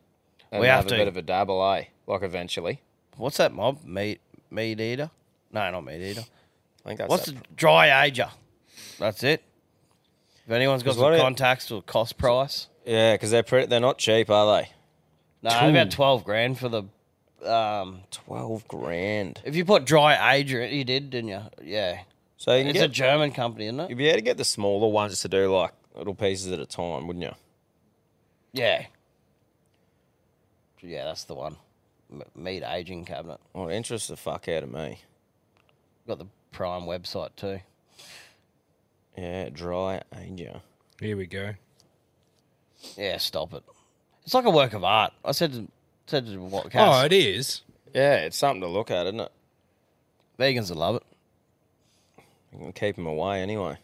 And
We have
a
to.
bit of a dabble, eh? Like eventually.
What's that mob? Meat meat eater? No, not meat eater.
I think that's
What's
that-
the dry ager? That's it. If anyone's got
Because what
some
it-
contacts for cost price,
Yeah, because they're pretty, they're not cheap, are they?
no, about twelve grand for the. Um,
Twelve grand.
if you put dry age, you did, didn't you? Yeah,
So you can
it's a
get,
German company, isn't it?
you'd be able to get the smaller ones to do like little pieces at a time, wouldn't you?
Yeah, yeah, that's the one. M- meat aging cabinet.
Well, it interests the fuck out of me.
Got the Prime website too.
Yeah, dry angel.
Here we go.
Yeah, stop it. It's like a work of art. I said to, said to what?
Oh,
Cass,
it is.
Yeah, it's something to look at, isn't it?
vegans will love it.
You can keep them away anyway.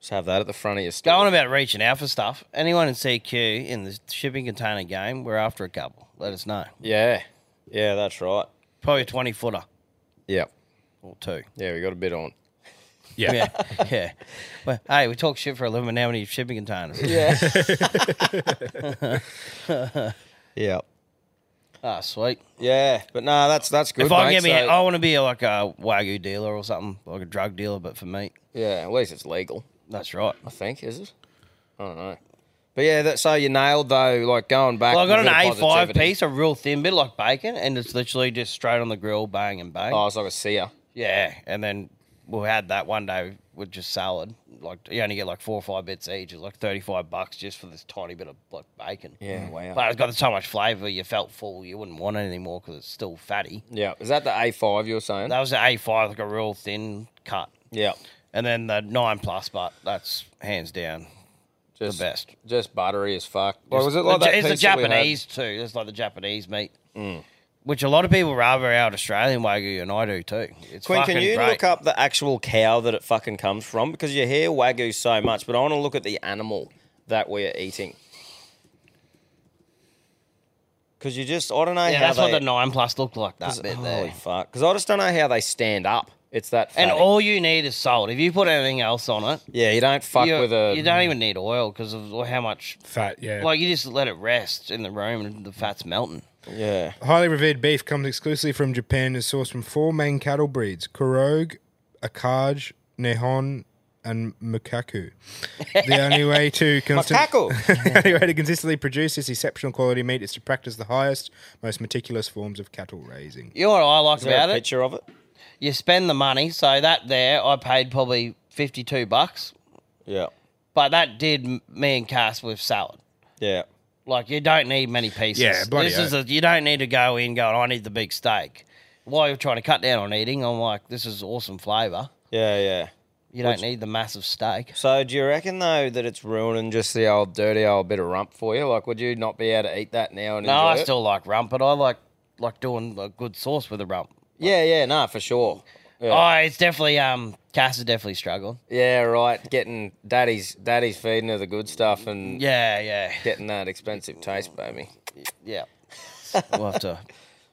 Just have that at the front of your store.
Going about reaching out for stuff. Anyone in CQ in the shipping container game, we're after a couple. Let us know.
Yeah, yeah, that's right.
Probably a twenty footer
Yeah,
or
<laughs>
two.
yeah, we got a bit on.
Yeah.
Yeah, yeah. Well, hey, we talk shit for a living. but Now we need shipping containers.
Yeah,
Ah, sweet.
yeah, but no, that's that's good.
if I can
mate,
get me, oh.
so-
I want to be like a wagyu dealer or something, like a drug dealer, but for meat.
yeah, at least it's legal.
That's right.
I think is it? I don't know. But yeah, that so you nailed though. Like going back,
Well, I got
to the
an
bit
A
of
five
positivity.
piece, a real thin bit like bacon, and it's literally just straight on the grill, bang and bang.
Oh, it's like a sear.
Yeah, and then we had that one day with just salad. Like you only get like four or five bits each. It's like thirty-five bucks just for this tiny bit of like bacon.
Yeah, wow.
Mm. But it's got so much flavour, you felt full. You wouldn't want anything more because it's still fatty.
Yeah, is that the A five you're saying?
That was the A five, like a real thin cut,
Yeah,
and then the nine plus. But that's hands down
just
the best.
Just buttery as fuck. Well, was it like
The-
that?
It's the
piece that we had? Mm.
Japanese too. It's like the Japanese meat, which a lot of people rather out Australian wagyu, and I do too. It's
Quinn,
fucking
can you
great.
look up the actual cow that it fucking comes from? Because you hear wagyu so much, but I want to look at the animal that we're eating. Because you just, I don't know
Yeah,
how
that's
they, Oh,
what the nine plus looked like. That bit there.
Holy fuck! Because I just don't know how they stand up. It's that.
And
fatty.
all you need is salt. If you put anything else on it,
yeah, you don't fuck
you,
with a.
you don't even need oil because of how much.
Fat, yeah.
Like you just let it rest in the room and the fat's melting.
Yeah.
Highly revered beef comes exclusively from Japan and is sourced from four main cattle breeds Kurog, Akaj, Nihon, and Mukaku.
<laughs>
The only way to constant-
Macaco.
<laughs> the only way to consistently produce this exceptional quality meat is to practice the highest, most meticulous forms of cattle raising.
You know what I like
Is there
about
a
it?
picture of it?
You spend the money. So that there, I paid probably fifty-two bucks,
Yeah.
but that did m- me and Cass with salad.
Yeah.
Like you don't need many pieces.
Yeah, bloody
this is a, you don't need to go in going. I need the big steak. While you're trying to cut down on eating, I'm like, this is awesome flavour.
Yeah. Yeah.
You don't need the massive steak.
So do you reckon though that it's ruining just the old dirty old bit of rump for you? Like, would you not be able to eat that now and
No,
enjoy
I
it?
still like rump, but I like like doing a good sauce with a rump.
Yeah. Yeah. No, for sure. Yeah.
Oh, it's definitely um Cass is definitely struggling.
Yeah, right. Getting daddy's daddy's feeding her the good stuff and
Yeah, yeah,
getting that expensive taste, baby.
yeah. <laughs> we'll have to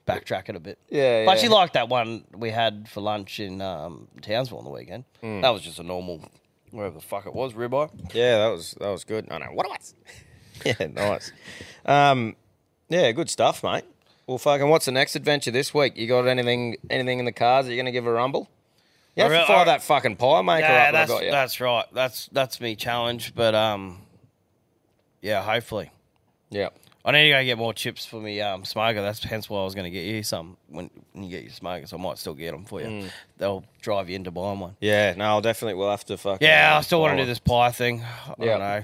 backtrack it a bit.
Yeah,
But
yeah.
she liked that one we had for lunch in um, Townsville on the weekend. That was just a normal wherever the fuck it was, ribeye.
Yeah, that was that was good. No, no, what was? <laughs> yeah, nice. Um, yeah, good stuff, mate. Well, fucking, what's the next adventure this week? You got anything anything in the cards? Are you gonna give a rumble? You have
I
to
re-
fire
I-
that fucking pie maker
Yeah,
up. that I
that's
got you.
that's right. That's that's me challenge, but um yeah, hopefully.
yeah.
I need to go get more chips for me um, smoker. That's hence why I was going to get you some when, when you get your smokers. I might still get them for you.
Mm.
They'll drive you into buying one.
Yeah, no, I'll definitely we'll have to fucking
Yeah, I still want
buy
to do
one.
this pie thing. I
Yeah.
don't know.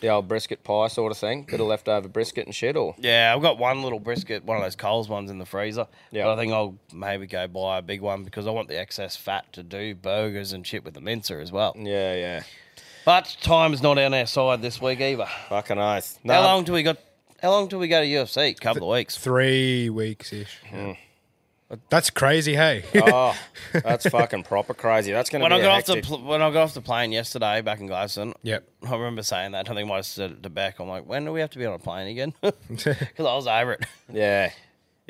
The old brisket pie sort of thing. Bit of leftover brisket and shit or
Yeah, I've got one little brisket, one of those Coles ones in the freezer.
Yeah.
But I think I'll maybe go buy a big one because I want the excess fat to do burgers and shit with the mincer as well.
Yeah, yeah.
But time's not on our side this week either.
Fucking oath.
How
No,
long do we got? How long do we go to UFC? couple of weeks.
Three weeks ish.
Hmm.
That's
<laughs>
crazy, hey?
Oh, that's fucking proper crazy. That's gonna
When
be
I
a
got off the
hectic-
pl- when I got off the plane yesterday back in Gladstone,
<laughs> yep.
I remember saying that. I think I might have said it to Beck. I'm like, when do we have to be on a plane
<laughs>
again? <laughs> Because I was over it.
Yeah.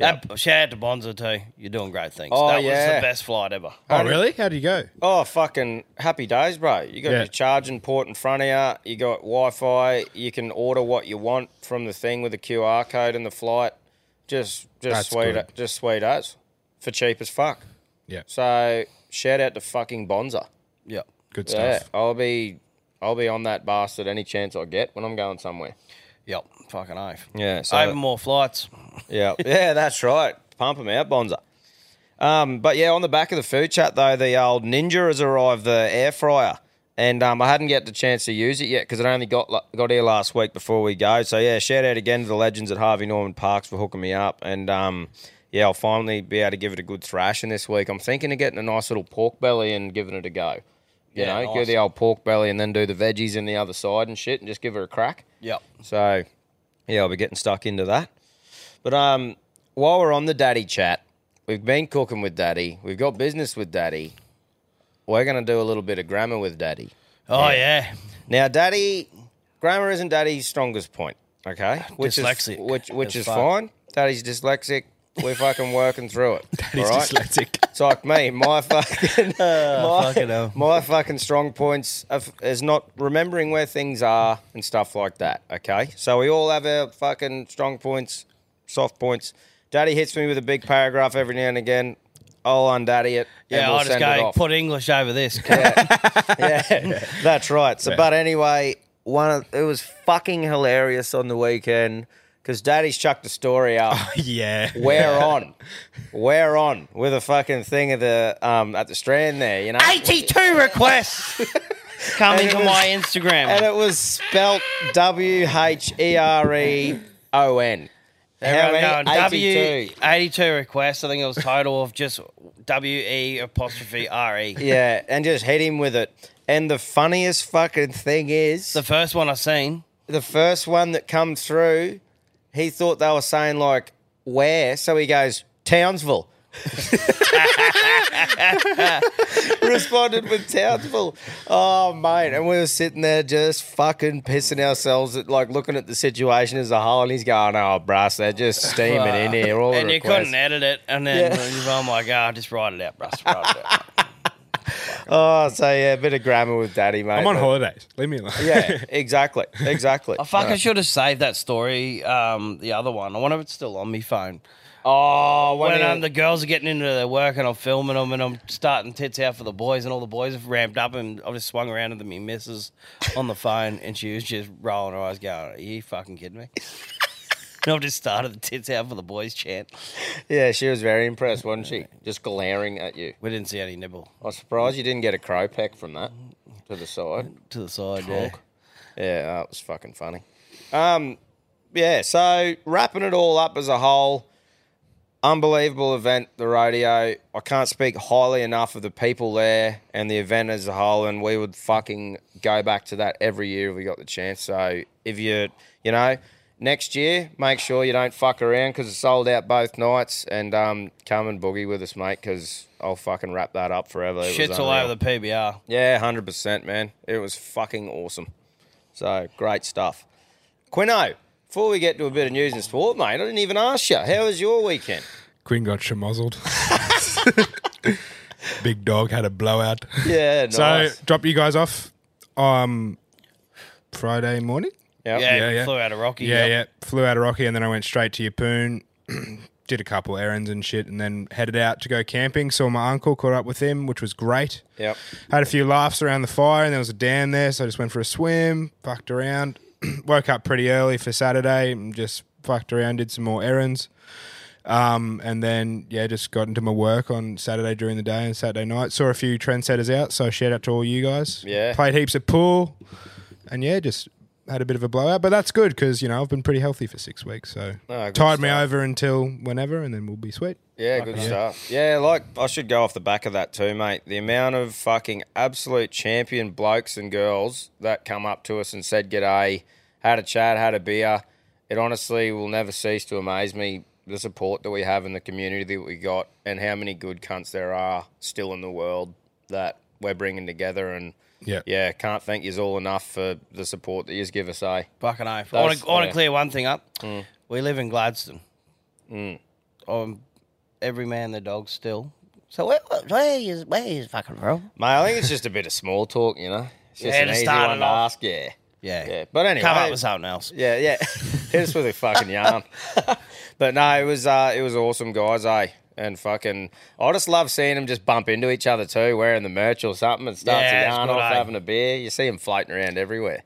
That, shout out to Bonza too. You're doing great things.
Oh,
that was
yeah.
the best flight ever.
Oh, really? How do you go?
Oh, fucking happy days, bro. You got
Yeah.
your charging port in front of you. You got Wi Fi. You can order what you want from the thing with the QR code in the flight. Just, just
That's
sweet,
good.
just sweet as for cheap as fuck.
Yeah.
So shout out to fucking Bonza.
Yeah.
Good
Yeah,
stuff.
I'll be I'll be on that bastard any chance I get when I'm going somewhere.
Yep, fucking oath.
Yeah, so-
Saving more flights.
Yeah, <laughs> yeah, that's right. Pump them out, Bonza. Um, but yeah, on the back of the food chat though, the old Ninja has arrived, the air fryer, and um, I hadn't get the chance to use it yet because it only got got here last week before we go. So yeah, shout out again to the legends at Harvey Norman Parks for hooking me up, and um, yeah, I'll finally be able to give it a good thrashing this week. I'm thinking of getting a nice little pork belly and giving it a go. You
Yeah,
know,
nice.
do the old pork belly and then do the veggies in the other side and shit, and just give her a crack.
Yep.
So, yeah, I'll be getting stuck into that. But um, while we're on the daddy chat, we've been cooking with daddy. We've got business with daddy. We're going to do a little bit of grammar with daddy.
Oh yeah.
Now, daddy, grammar isn't daddy's strongest point,
<sighs>
okay? Which
Dyslexic
Is, which which
as
is
fuck.
fine. Daddy's dyslexic. We're fucking working
<laughs>
through it.
He's
all right?
dyslexic.
It's like me. My fucking, <laughs> my,
Ah, fucking hell.
my fucking strong points of, is not remembering where things are and stuff like that. Okay, so we all have our fucking strong points, soft points. Daddy hits me with a big paragraph every now and again. I'll undaddy it. and
Yeah,
we'll
I'll just
send it
go
off.
put English over
<laughs>
this.
Yeah, <laughs> that's right. So, but anyway, one of, it was fucking hilarious on the weekend because Daddy's chucked a story
<laughs>
up.
Oh,
yeah.
We're on, we're on with a fucking thing at the um at the Strand there. You know,
82
<laughs>
requests coming
And it
to
was-
my Instagram.
and it was spelt W H E R E O N. How
Everyone
many?
going, W
82.
82 requests. I think it was total of just W E apostrophe R E.
Yeah, and just hit him with it. And the funniest fucking thing is
The first one I seen.
the first one that come through, he thought they were saying like where, so he goes Townsville. <laughs> Responded with Townsville. Oh mate, and we were sitting there just fucking pissing ourselves at like looking at the situation as a whole, and he's going, "Oh, brass, they're just steaming in here." All
And
the
you
requests."
couldn't edit it, and then you go, oh my god, just write it out, Russ. Write it out.
<laughs> Oh, so yeah, a bit of grammar with daddy, mate.
I'm on
but-
holidays. Leave me alone. <laughs>
Yeah, exactly, exactly.
I fucking should have saved that story. Um, the other one. I wonder if it's still on my phone.
Oh, when,
When
he-
um, the girls are getting into their work and I'm filming them and I'm starting tits out for the boys and all the boys have ramped up and I just swung around to me missus on the phone and she was just rolling her eyes going, are you fucking kidding me? <laughs> and I've just started the tits out for the boys chant.
yeah, she was very impressed, wasn't she? Just glaring at you.
We didn't see any nibble
I was surprised you didn't get a crow peck from that to the side.
to the side there.
Yeah, that was fucking funny. Um, yeah, so wrapping it all up as a whole, unbelievable event, the rodeo. I can't speak highly enough of the people there and the event as a whole, and we would fucking go back to that every year if we got the chance. So if you, you know, next year, make sure you don't fuck around because it's sold out both nights, and um, come and boogie with us, mate, because I'll fucking wrap that up forever. It was
Shit's all
unreal.
over the PBR. <laughs>
Yeah, hundred percent, man. It was fucking awesome. So great stuff. Quino, before we get to a bit of news and sport, mate, I didn't even ask you. How was your weekend?
Quinn got shamozzled. <laughs> Big dog had a blowout.
Yeah,
So
nice.
drop you guys off um Friday morning.
Yep.
Yeah,
Yeah, yeah.
flew out of Rocky.
Yeah,
yep.
yeah. Flew out of Rocky and then I went straight to Yapoon, <clears throat> did a couple errands and shit, and then headed out to go camping. Saw my uncle, caught up with him, which was great.
Yep.
Had a few laughs around the fire, and there was a dam there, so I just went for a swim, fucked around. <clears throat> Woke up pretty early for Saturday and just fucked around, did some more errands. Um, and then, yeah, just got into my work on Saturday during the day and Saturday night. Saw a few trendsetters out, so shout out to all you guys.
Yeah.
Played heaps of pool, and yeah, just had a bit of a blowout, but that's good because, you know, I've been pretty healthy for six weeks, so
Oh, good
tied me
stuff.
over until whenever, and then we'll be sweet.
Yeah, good stuff. Yeah, like I should go off the back of that too, mate. The amount of fucking absolute champion blokes and girls that come up to us and said g'day, had a chat, had a beer. It honestly will never cease to amaze me the support that we have in the community that we got and how many good cunts there are still in the world that we're bringing together and
Yeah.
yeah, can't thank yous all enough for the support that yous give us, eh?
Fucking oath. I
That's-
want to
yeah.
clear one thing up. We live in Gladstone. Um, every man their dog still. So where, where is where is fucking from?
Mate, I think it's just a bit of small talk, you know? It's just
Yeah,
an
to
easy
start
one
it
to
off.
ask, yeah.
Yeah.
Yeah, but anyway,
Come up with something else. <laughs>
Yeah, <laughs> yeah. Hit us with a fucking yarn. but no, it was uh, it was awesome, guys. Eh? and fucking. I just love seeing them just bump into each other too, wearing the merch or something, and start
Yeah,
to
it's
yarn
good,
off,
eh?
having a beer. You see them floating around everywhere.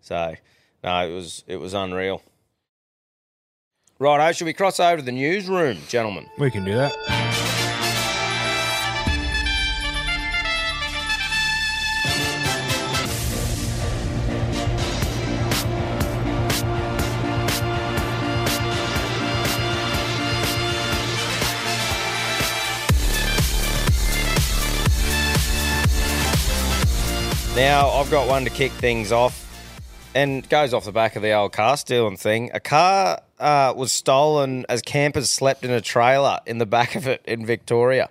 So no, it was it was unreal. Righto, should we cross over to the newsroom, gentlemen?
We can do that.
Now I've got one to kick things off, and it goes off the back of the old car stealing thing. A car uh, was stolen as campers slept in a trailer in the back of it in Victoria.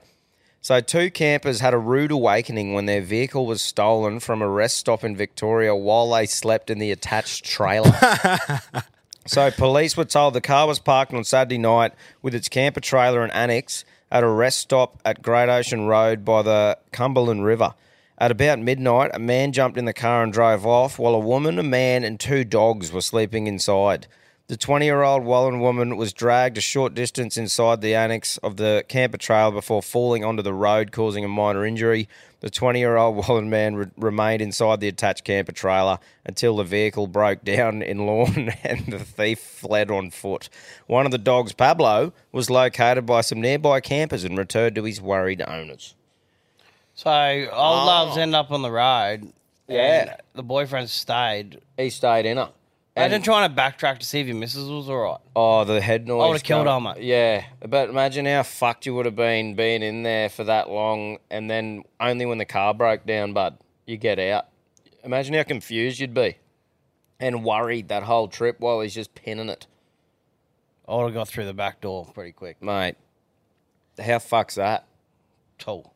So two campers had a rude awakening when their vehicle was stolen from a rest stop in Victoria while they slept in the attached trailer. So police were told the car was parked on Saturday night with its camper trailer and annex at a rest stop at Great Ocean Road by the Cumberland River. At about midnight, a man jumped in the car and drove off, while a woman, a man, and two dogs were sleeping inside. The 20 year old Wallen woman was dragged a short distance inside the annex of the camper trailer before falling onto the road, causing a minor injury. The 20 year old <laughs> Wallen man re- remained inside the attached camper trailer until the vehicle broke down in lawn <laughs> and the thief fled on foot. One of the dogs, Pablo, was located by some nearby campers and returned to his worried owners.
So old loves end up on the road.
Yeah.
and the boyfriend stayed.
He stayed in it.
Imagine trying to backtrack to see if your missus was all right.
Oh, the head noise.
would've killed
going-
her, mate.
Yeah, but imagine how fucked you would have been being in there for that long, and then only when the car broke down, bud, you get out. Imagine how confused you'd be, and worried that whole trip while he's just pinning it,
I would have got through the back door pretty quick.
mate. How fucks that? <laughs>
Tall.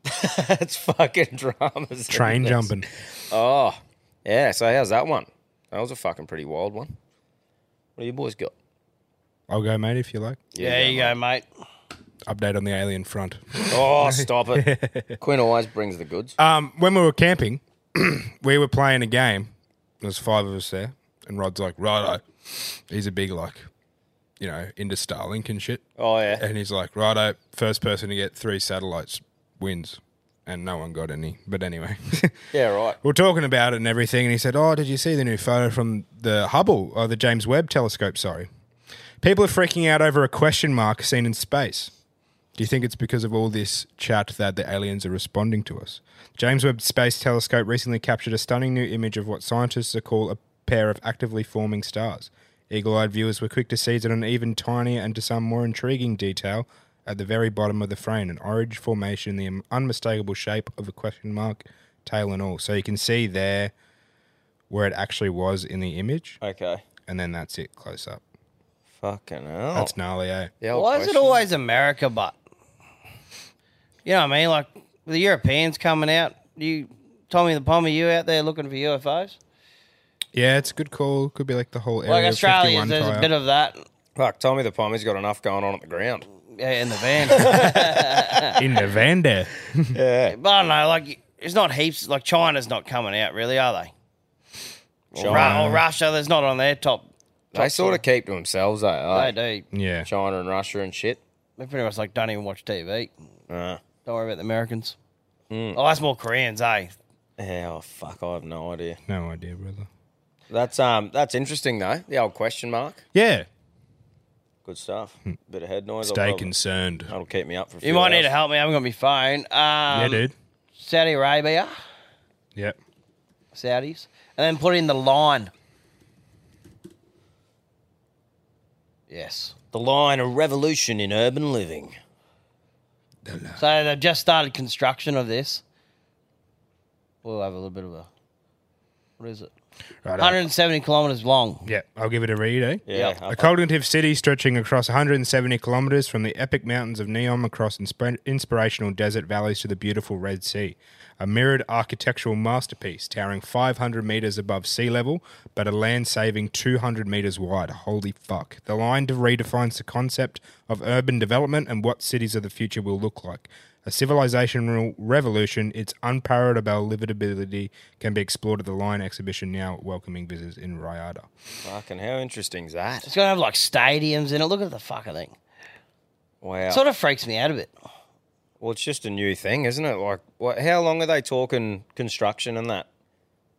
That's fucking dramas.
Train
That's-
jumping.
Oh, yeah. So how's that one? That was a fucking pretty wild one. What do you boys got?
I'll go, mate, if you like.
Yeah, there you go, mate.
Update on the alien front.
Oh, stop
<laughs>
it. Quinn always brings the goods.
Um, when we were camping, <clears throat> we were playing a game. There was five of us there, and Rod's like, "Righto," he's a big like, you know, into Starlink and shit.
Oh yeah.
And he's like, "Righto, first person to get three satellites wins," and no one got any. But anyway,
Yeah, right.
we're talking about it and everything, and he said, "Oh, did you see the new photo from the Hubble or the James Webb Telescope?" Sorry, people are freaking out over a question mark seen in space. Do you think it's because of all this chat that the aliens are responding to us? James Webb Space Telescope recently captured a stunning new image of what scientists call a pair of actively forming stars. Eagle-eyed viewers were quick to seize on an even tinier and to some more intriguing detail at the very bottom of the frame, an orange formation, the unmistakable shape of a question mark, tail and all. So you can see there where it actually was in the image,
Okay.
and then that's it close up.
Fucking
Oh.
hell.
That's gnarly, eh?
The old
Why is it
question.
always America, but? You know what I mean? Like, the Europeans coming out, you, Tommy the Palmer, you out there looking for UFOs?
Yeah, it's a good call. Could be like the whole area.
Like,
of
Australia,
51
there's
tie-up.
a bit of that
Fuck, Tommy the Pommer's got enough going on at the ground.
yeah, in the van. <laughs>
in the van there.
but I don't know, like, it's not heaps. Like, China's not coming out, really, are they? Or, Ru- or Russia, there's not on their top.
They sort of keep to themselves, though. eh?
They do.
Yeah.
China and Russia and shit.
They pretty much, like, don't even watch TV.
Uh,
Don't worry about the Americans.
Hmm.
Oh, that's more Koreans, eh?
oh fuck, I have no idea.
No idea, brother.
That's um, that's interesting though. The old question mark.
Yeah.
Good stuff. Bit of head noise. I'll
Stay
probably-
concerned.
Um,
That'll keep me up for. A
You might need to help me. I haven't got my phone. Um,
yeah, dude.
Saudi Arabia,
Yep.
Saudis, and then put in the line. Yes.
The line of revolution in urban living.
So they've just started construction of this. We'll have a little bit of a. What is it?
Right.
170 kilometers long.
Yeah, I'll give it a read, eh?
Yeah.
Yep.
I
A
thought-
cognitive city stretching across 170 kilometres from the epic mountains of Neom across insp- inspirational desert valleys to the beautiful Red Sea. A mirrored architectural masterpiece towering 500 metres above sea level, but a land saving 200 metres wide. Holy fuck. The line redefines the concept of urban development and what cities of the future will look like. A civilizational revolution, its unparalleled livability can be explored at the Lion exhibition now welcoming visitors in Riyadh.
Fucking how interesting is that?
It's going to have like stadiums in it. Look at the fucking thing.
Wow.
Sort of freaks me out a bit.
well, it's just a new thing, isn't it? Like, what, how long are they talking construction and that?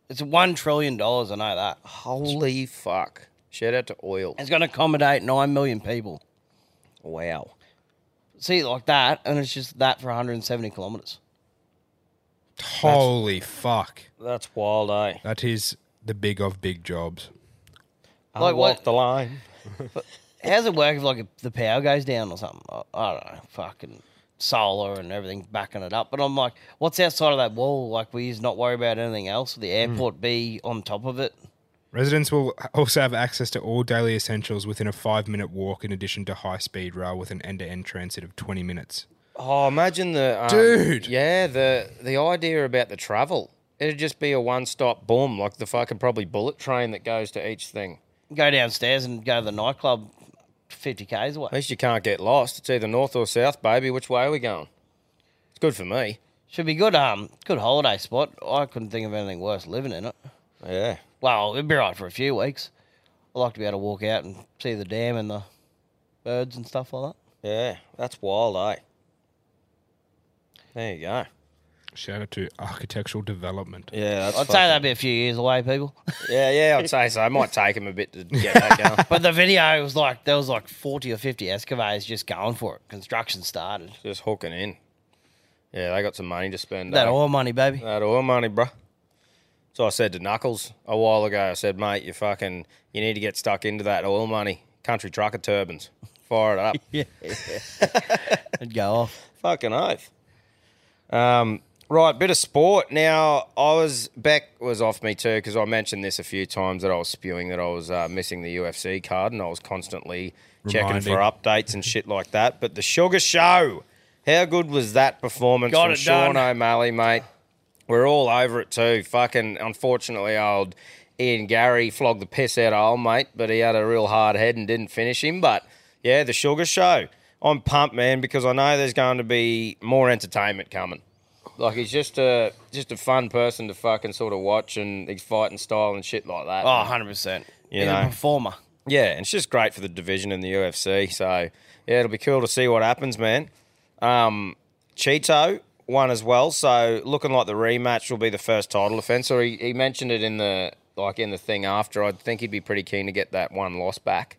It's one trillion dollars. I know that.
Holy fuck. Shout out to oil.
It's going to accommodate nine million people.
Wow.
See, like that, and it's just that for 170 kilometers.
Holy fuck.
That's wild, eh?
That is the big of big jobs.
Like,
Like,
walk
what-
the line.
How's it work if like if the power goes down or something? I, I don't know, fucking solar and everything backing it up. But I'm like, what's outside of that wall? Like, we just not worry about anything else. Will the airport be on top of it?
Residents will also have access to all daily essentials within a five minute walk, in addition to high speed rail with an end to end transit of 20 minutes.
Oh, imagine the um,
Dude.
Yeah, the the idea about the travel. It'd just be a one stop boom, like the fucking probably bullet train that goes to each thing.
Go downstairs and go to the nightclub, 50 k's
At
away.
least you can't get lost. It's either north or south, baby. Which way are we going? It's good for me.
Should be good. Um, good holiday spot. I couldn't think of anything worse living in it.
Yeah.
Well, it'd be right for a few weeks. I like to be able to walk out and see the dam and the birds and stuff like that.
Yeah. That's wild, eh? There you go.
Shout out to architectural development.
Yeah, that's
I'd say that'd be a few years away, people.
Yeah, yeah, I'd say so. It might take him a bit to get <laughs> that going.
But the video was like there was like forty or fifty excavators just going for it. Construction started.
Just hooking in. Yeah, they got some money to spend.
That
eh?
oil money, baby.
That oil money, bro. So I said to Knuckles a while ago, I said, mate, you fucking, you need to get stuck into that oil money. Country trucker turbines. Fire it up.
It'd go off.
Fucking oath. Um, right, <laughs> bit of sport. Now, I was, Beck was off me too, because I mentioned this a few times that I was <laughs> spewing that I was uh, missing the UFC card and I was constantly checking for
Reminding.
updates and shit like that. But the Sugar Show, how good was that performance
Got
from
it
Sean
done.
O'Malley, mate? We're all over it too. Fucking, unfortunately, old Ian Gary flogged the piss out of old mate, but he had a real hard head and didn't finish him. But yeah, the Sugar Show. I'm pumped, man, because I know there's going to be more entertainment coming. Like he's just a just a fun person to fucking sort of watch, and his fighting style and shit like that.
Oh, 100 percent.
You
He's
know.
a performer.
Yeah, and it's just great for the division in the UFC. So yeah, it'll be cool to see what happens, man. Um, Cheeto won as well, so looking like the rematch will be the first title offense. Or he, he mentioned it in the like in the thing after. I think he'd be pretty keen to get that one loss back.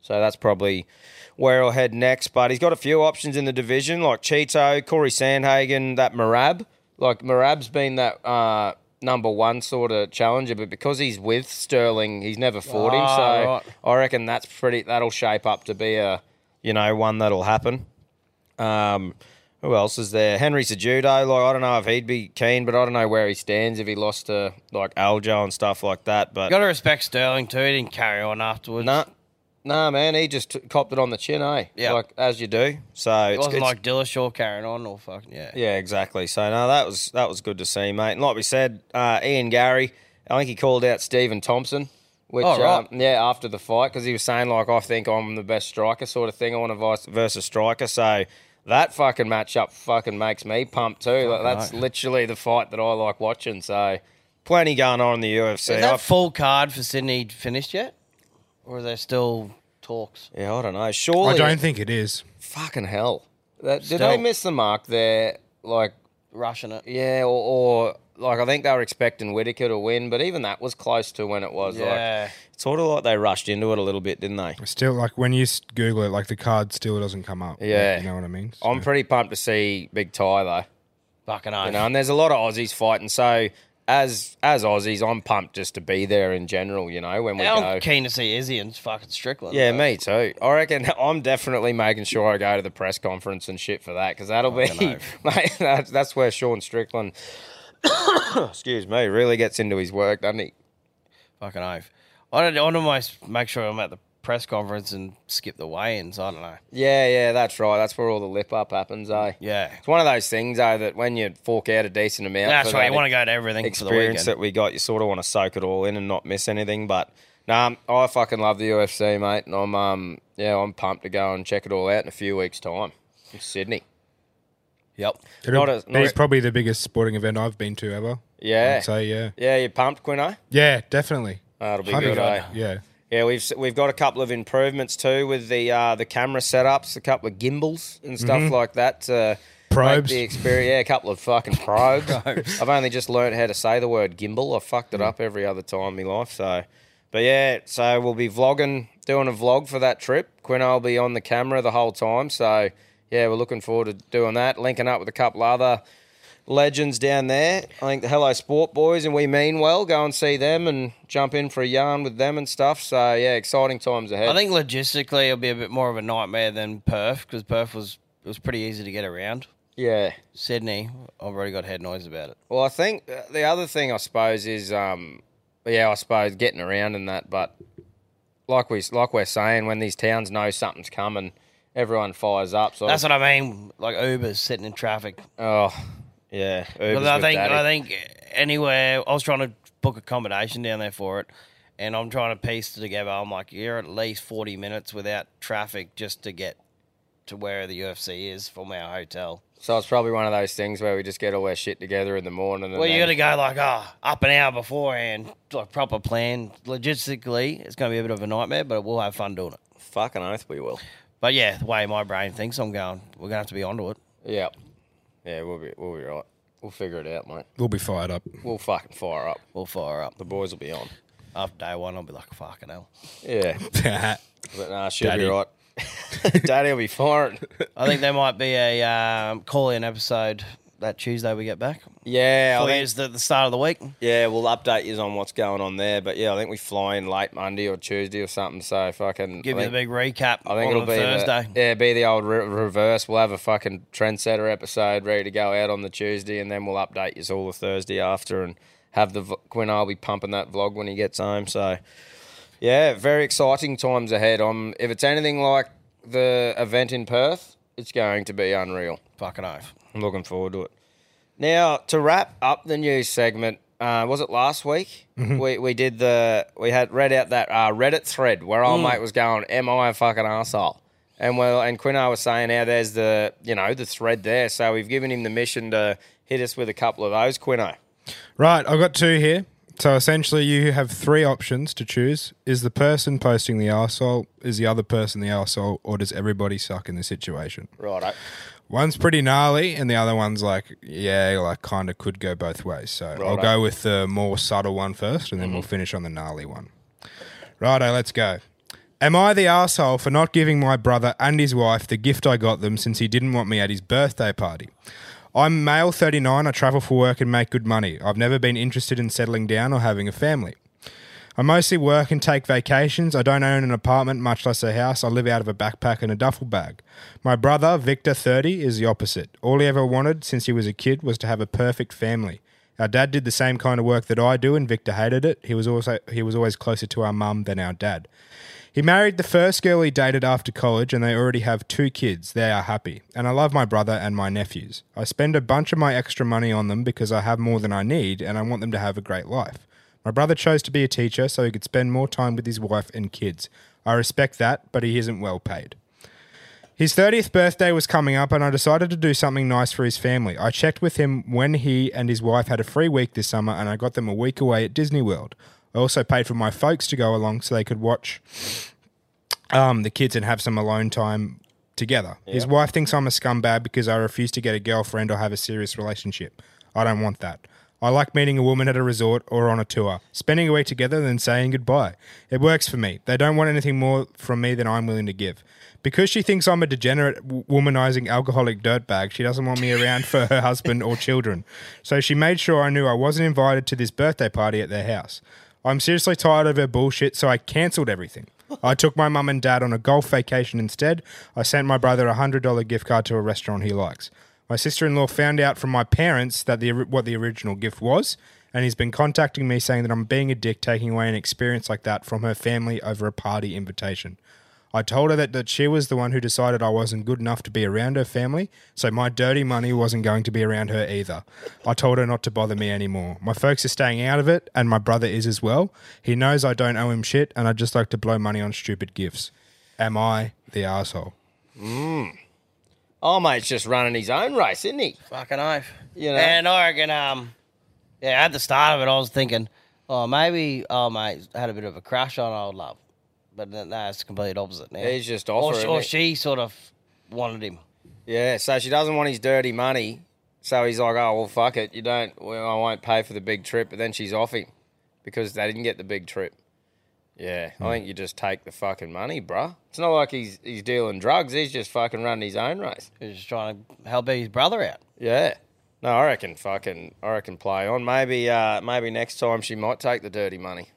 So that's probably where he'll head next. But he's got a few options in the division, like Cheeto, Corey Sandhagen, that Marab. Like Marab's been that uh, number one sort of challenger, but because he's with Sterling, he's never fought him.
Ah,
So
right.
I reckon that's pretty. That'll shape up to be a you know one that'll happen. Um, who else is there? Henry Sejudo. Like I don't know if he'd be keen, but I don't know where he stands if he lost to like Aljo and stuff like that. But
Got to respect Sterling too. He didn't carry on afterwards.
Nah, nah, man. He just t- copped it on the chin, eh?
Yeah.
Like as you do. So
it
it's,
wasn't
it's
like Dillashaw carrying on or fucking yeah.
yeah, exactly. So no, that was that was good to see, mate. And like we said, uh, Ian Gary, I think he called out Stephen Thompson. Which,
Oh, right.
um, yeah, after the fight, because he was saying like, I think I'm the best striker, sort of thing. I want a vice versus striker. So that fucking matchup fucking makes me pumped too. Like, that's literally the fight that I like watching. So plenty going on in the UFC.
Is
I
that full card for Sydney finished yet, or are there still talks?
yeah, I don't know. Surely,
I don't think it is.
fucking hell. That, did
Still.
they miss the mark there? Like,
Rushing it.
yeah, or, or like I think they were expecting Whitaker to win, but even that was close to when it was.
Yeah.
Like, it's sort of like they rushed into it a little bit, didn't they?
Still, like when you s- Google it, like the card still doesn't come up. Like,
Yeah.
you know what I mean? So-
I'm pretty pumped to see Big Ty though.
Fucking
You
oath.
know, and there's a lot of Aussies fighting, so as as Aussies, I'm pumped just to be there in general. You know, when we
I'm
go.
keen to see Izzy and fucking Strickland.
Yeah,
but-
me too. I reckon <laughs> I'm definitely making sure I go to the press conference and shit for that because that'll be, <laughs> mate, that's, that's where Sean Strickland, <coughs> excuse me, really gets into his work, doesn't he?
Fucking oath. I don't. I want to almost make sure I'm at the press conference and skip the weigh-ins. I don't know.
Yeah, yeah, that's right. That's where all the lip up happens, eh?
Yeah.
It's one of those things, though, that when you fork out a decent amount,
That's
for
right.
that
You want to go to everything
experience
for the
that we got, you sort of want to soak it all in and not miss anything. But nah, um, I fucking love the UFC, mate, and I'm um, yeah, I'm pumped to go and check it all out in a few weeks' time. in Sydney.
weekend. Yep.
It'll
not as-
be
not as-
probably the biggest sporting event I've been to ever.
Yeah.
I'd say, yeah.
Yeah, you pumped, Quino?
Yeah, definitely.
That'll be
100.
good, eh?
Yeah.
Yeah, we've s- we've got a couple of improvements too with the uh, the camera setups, a couple of gimbals and stuff like that. To
Probes.
Make the experience, yeah, a couple of fucking probes. I've only just learnt how to say the word gimbal. I fucked it up every other time in my life. So, but yeah, so we'll be vlogging, doing a vlog for that trip. Quinn will be on the camera the whole time. So yeah, we're looking forward to doing that. Linking up with a couple other legends down there. I think the Hello Sport boys and we mean well. Go and see them and jump in for a yarn with them and stuff. So yeah, exciting times ahead.
I think logistically it'll be a bit more of a nightmare than Perth because Perth was it was pretty easy to get around.
yeah.
Sydney, I've already got head noise about it.
Well, I think uh, the other thing I suppose is um, yeah, I suppose getting around and that. But like we like we're saying, when these towns know something's coming, everyone fires up. So
That's what I mean. Like Uber's sitting in traffic.
oh yeah, Ubers
But I
with
think
daddy.
I think anywhere I was trying to book accommodation down there for it, and I'm trying to piece it together. I'm like, you're at least 40 minutes without traffic just to get to where the UFC is from our hotel.
so. It's probably one of those things where we just get all our shit together in the morning. And
Well, you
then-
got to go like ah up an hour beforehand, like proper plan. Logistically, it's going to be a bit of a nightmare, but we'll have fun doing it.
fucking oath we will.
But yeah, the way my brain thinks, I'm going. We're going to have to be onto it.
Yeah, yeah, we'll be we'll be right. We'll figure it out, mate.
We'll be fired up.
We'll fucking fire up.
We'll fire up.
The boys will be on.
After day one, I'll be like fucking hell.
Yeah,
<laughs>
but nah, she'll
Daddy.
be right. <laughs> Daddy will be firing.
I think there might be a um, call in episode that Tuesday we get back.
Yeah, I
Probably
think,
is the, the start of the week.
yeah, we'll update you on what's going on there. But yeah, I think we fly in late Monday or Tuesday or something. So fucking
Give
I
you the
think-
big recap
I think
on
it'll
the
be
Thursday.
The, yeah, be the old re- reverse. We'll have a fucking trendsetter episode ready to go out on the Tuesday, and then we'll update you all the Thursday after, and have the v- Quinn. I'll be pumping that vlog when he gets home. So, yeah, very exciting times ahead. i if it's anything like the event in Perth, it's going to be unreal.
Fucking oath.
I'm looking forward to it. Now to wrap up the news segment, uh, was it last week? We we did the we had read out that uh, Reddit thread where old mate was going, "Am I a fucking asshole?" And well, and Quino was saying how there's the you know the thread there, so we've given him the mission to hit us with a couple of those, Quino.
Right, I've got two here. So essentially, you have three options to choose: is the person posting the arsehole, is the other person the arsehole, or does everybody suck in the situation?
Righto.
One's pretty gnarly, and the other one's like, yeah, like kind of could go both ways. So I'll
Righto.
go with the more subtle one first, and then we'll finish on the gnarly one. Righto, let's go. Am I the asshole for not giving my brother and his wife the gift I got them since he didn't want me at his birthday party? I'm male 39, I travel for work and make good money. I've never been interested in settling down or having a family. I mostly work and take vacations. I don't own an apartment, much less a house. I live out of a backpack and a duffel bag. My brother, Victor, 30, is the opposite. All he ever wanted since he was a kid was to have a perfect family. Our dad did the same kind of work that I do, and Victor hated it. He was also he was always closer to our mum than our dad. He married the first girl he dated after college, and they already have two kids. They are happy. And I love my brother and my nephews. I spend a bunch of my extra money on them because I have more than I need, and I want them to have a great life. My brother chose to be a teacher so he could spend more time with his wife and kids. I respect that, but he isn't well paid. His 30th birthday was coming up, and I decided to do something nice for his family. I checked with him when he and his wife had a free week this summer, and I got them a week away at Disney World. I also paid for my folks to go along so they could watch um, the kids and have some alone time together. His wife thinks I'm a scumbag because I refuse to get a girlfriend or have a serious relationship. I don't want that. I like meeting a woman at a resort or on a tour, spending a week together, then saying goodbye. It works for me. They don't want anything more from me than I'm willing to give. Because she thinks I'm a degenerate, w- womanizing, alcoholic dirtbag, she doesn't want me around for her husband or children. So she made sure I knew I wasn't invited to this birthday party at their house. I'm seriously tired of her bullshit, so I cancelled everything. I took my mum and dad on a golf vacation instead. I sent my brother a $100 gift card to a restaurant he likes. My sister in law found out from my parents that the, what the original gift was, and he's been contacting me saying that I'm being a dick taking away an experience like that from her family over a party invitation. I told her that, that she was the one who decided I wasn't good enough to be around her family, so my dirty money wasn't going to be around her either. I told her not to bother me anymore. My folks are staying out of it, and my brother is as well. He knows I don't owe him shit, and I just like to blow money on stupid gifts. Am I the asshole?
Oh mate's just running his own race, isn't he?
Fucking oath.
You know.
And I reckon, um, yeah, at the start of it, I was thinking, oh, maybe, oh, mate, had a bit of a crush on old love. But no, no, it's the complete opposite now.
He's just
Or,
offering
or
it.
she sort of wanted him.
Yeah, so she doesn't want his dirty money. So he's like, oh, well, fuck it. You don't, well, I won't pay for the big trip. But then she's off him because they didn't get the big trip. Yeah,
Hmm.
I think you just take the fucking money, bruh. It's not like he's he's dealing drugs. He's just fucking running his own race.
He was just trying to help his brother out.
Yeah. No, I reckon fucking, I reckon play on. Maybe, uh, maybe next time she might take the dirty money.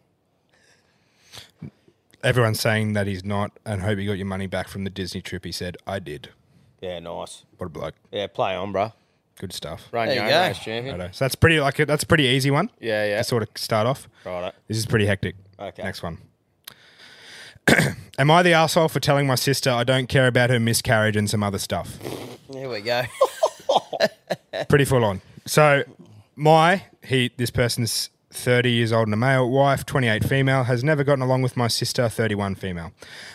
Everyone's saying that he's not, and hope you got your money back from the Disney trip. He said, I did.
Yeah, nice.
What a bloke.
Yeah, play on, bruh.
Good stuff.
Run
There
your
you
own
go.
race, champion.
Righto. So that's pretty like that's a pretty easy one.
Yeah, yeah.
To sort of start off.
Right.
This is pretty hectic.
Okay.
Next one. <clears throat> Am I the asshole for telling my sister I don't care about her miscarriage and some other stuff?
Here we go.
pretty full on. So my he this person's 30 years old and a male wife 28 female has never gotten along with my sister 31 female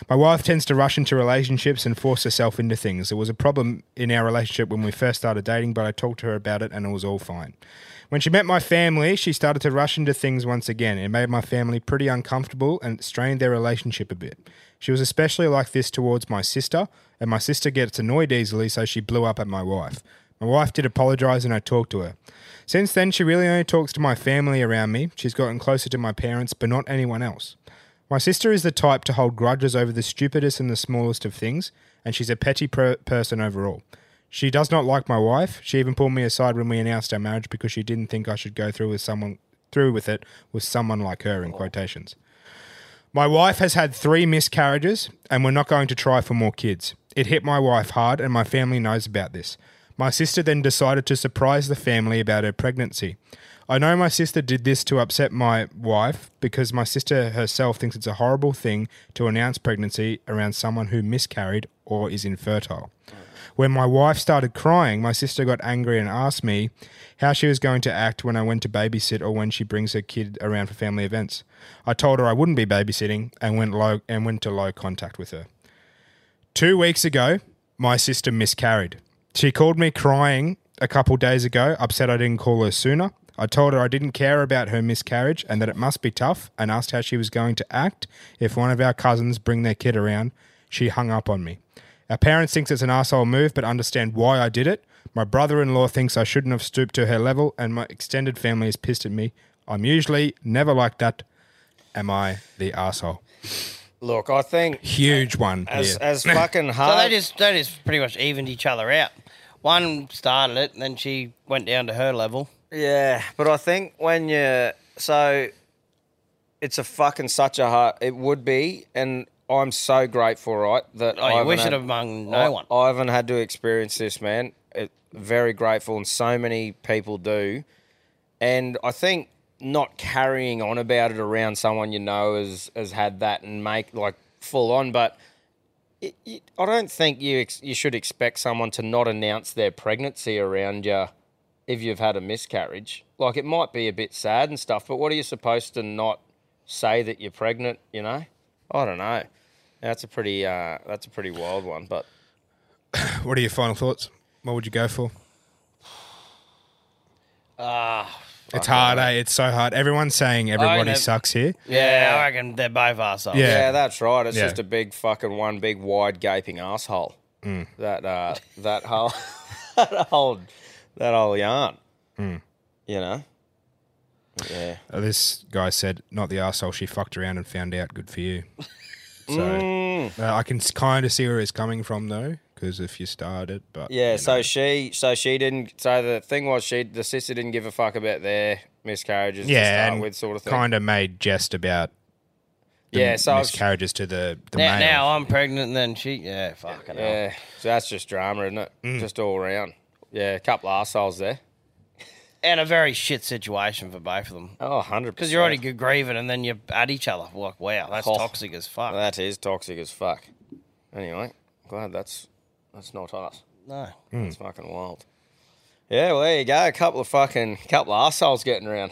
my wife tends to rush into relationships and force herself into things there was a problem in our relationship when we first started dating but i talked to her about it and it was all fine when she met my family she started to rush into things once again it made my family pretty uncomfortable and it strained their relationship a bit she was especially like this towards my sister and my sister gets annoyed easily so she blew up at my wife my wife did apologize and I talked to her. Since then, she really only talks to my family around me. She's gotten closer to my parents, but not anyone else. My sister is the type to hold grudges over the stupidest and the smallest of things, and she's a petty per- person overall. She does not like my wife. She even pulled me aside when we announced our marriage because she didn't think I should go through with someone through with it with someone like her in quotations. My wife has had three miscarriages, and we're not going to try for more kids. It hit my wife hard, and my family knows about this. My sister then decided to surprise the family about her pregnancy. I know my sister did this to upset my wife because my sister herself thinks it's a horrible thing to announce pregnancy around someone who miscarried or is infertile. When my wife started crying, my sister got angry and asked me how she was going to act when I went to babysit or when she brings her kid around for family events. I told her I wouldn't be babysitting and went low and went to low contact with her. Two weeks ago, my sister miscarried. She called me crying a couple days ago, upset I didn't call her sooner. I told her I didn't care about her miscarriage and that it must be tough and asked how she was going to act if one of our cousins bring their kid around. She hung up on me. Our parents think it's an asshole move but understand why I did it. My brother-in-law thinks I shouldn't have stooped to her level and my extended family is pissed at me. I'm usually never like that. Am I the asshole?
Look,
<laughs>
I think
Huge one.
as
here.
as
<laughs>
fucking
So
hard.
they just they just pretty much evened each other out. One started it, and then she went down to her level.
Yeah, but I think when you so it's a fucking such a hard it would be and I'm so grateful, right? That
Oh, you
haven't
wish it
had-
among no
I,
one.
I haven't had to experience this, man. It, very grateful, and so many people do. And I think not carrying on about it around someone you know has has had that and make like full on, but it, it, I don't think you ex- you should expect someone to not announce their pregnancy around you if you've had a miscarriage. Like it might be a bit sad and stuff, but what are you supposed to not say that you're pregnant? You know, I don't know. That's a pretty uh, that's a pretty wild one, but
What are your final thoughts? What would you go for?
Ah,
it's hard, eh? It's so hard. Everyone's saying everybody
nev-
sucks here.
Yeah, I reckon they're both assholes.
Yeah.
yeah, that's right. It's
Yeah.
just a big fucking one big wide gaping asshole.
Mm.
That uh, that whole <laughs> that whole that whole yarn.
Mm.
You know. Yeah.
Uh, This guy said, "Not the asshole. She fucked around and found out. Good
<laughs>
for you." So
Mm.
uh, I can kind of see where he's coming from, though, because if you started, but
Yeah,
you
so
know.
she so she didn't so the thing was she the sister didn't give a fuck about their miscarriages to
yeah,
start
and
with sort of thing.
kind of made jest about the
yeah, so it's-
miscarriages to the the
Now,
male.
now I'm pregnant, and then she. Yeah, fucking hell.
yeah, so that's just drama, isn't it?
Mm.
Just all around. Yeah, a couple of assholes there.
And a very shit situation for both of them.
Oh, 100
Because you're already grieving, and then you're at each other. Like, wow, that's
Oh.
toxic as fuck.
That is toxic as fuck. Anyway, glad that's that's not us.
no. Mm.
That's fucking wild. Yeah, well there you go. A couple of fucking couple of assholes getting around.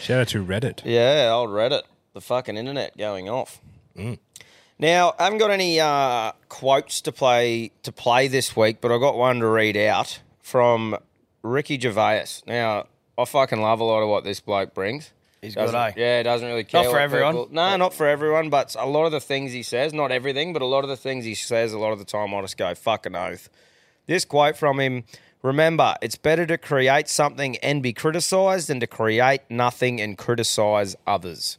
Shout out to Reddit.
Yeah, old Reddit, the fucking internet going off.
Mm.
Now, I haven't got any uh, quotes to play to play this week, but I got one to read out from Ricky Gervais. Now, I fucking love a lot of what this bloke brings.
He's good,
Doesn't-
eh?
Yeah, it doesn't really care.
for
what
everyone.
people- no, not for everyone, but a lot of the things he says, not everything, but a lot of the things he says, a lot of the time I just go, fucking oath. This quote from him Remember, it's better to create something and be criticized than to create nothing and criticize others.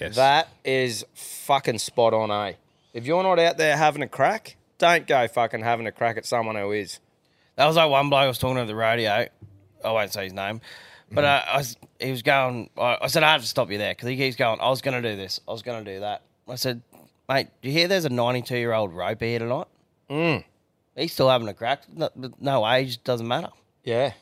Yes.
That is fucking spot on, eh? If you're not out there having a crack, don't go fucking having a crack at someone who is.
That was like one bloke I was talking to at the radio. I won't say his name, but uh,
Mm-hmm.
I was, he was going. I, I said I have to stop you there because he keeps going. I was going to do this. I was going to do that. I said, mate, do you hear? There's a 92 year old roper here tonight. Mm. He's still having a crack. No, no age doesn't matter.
Yeah.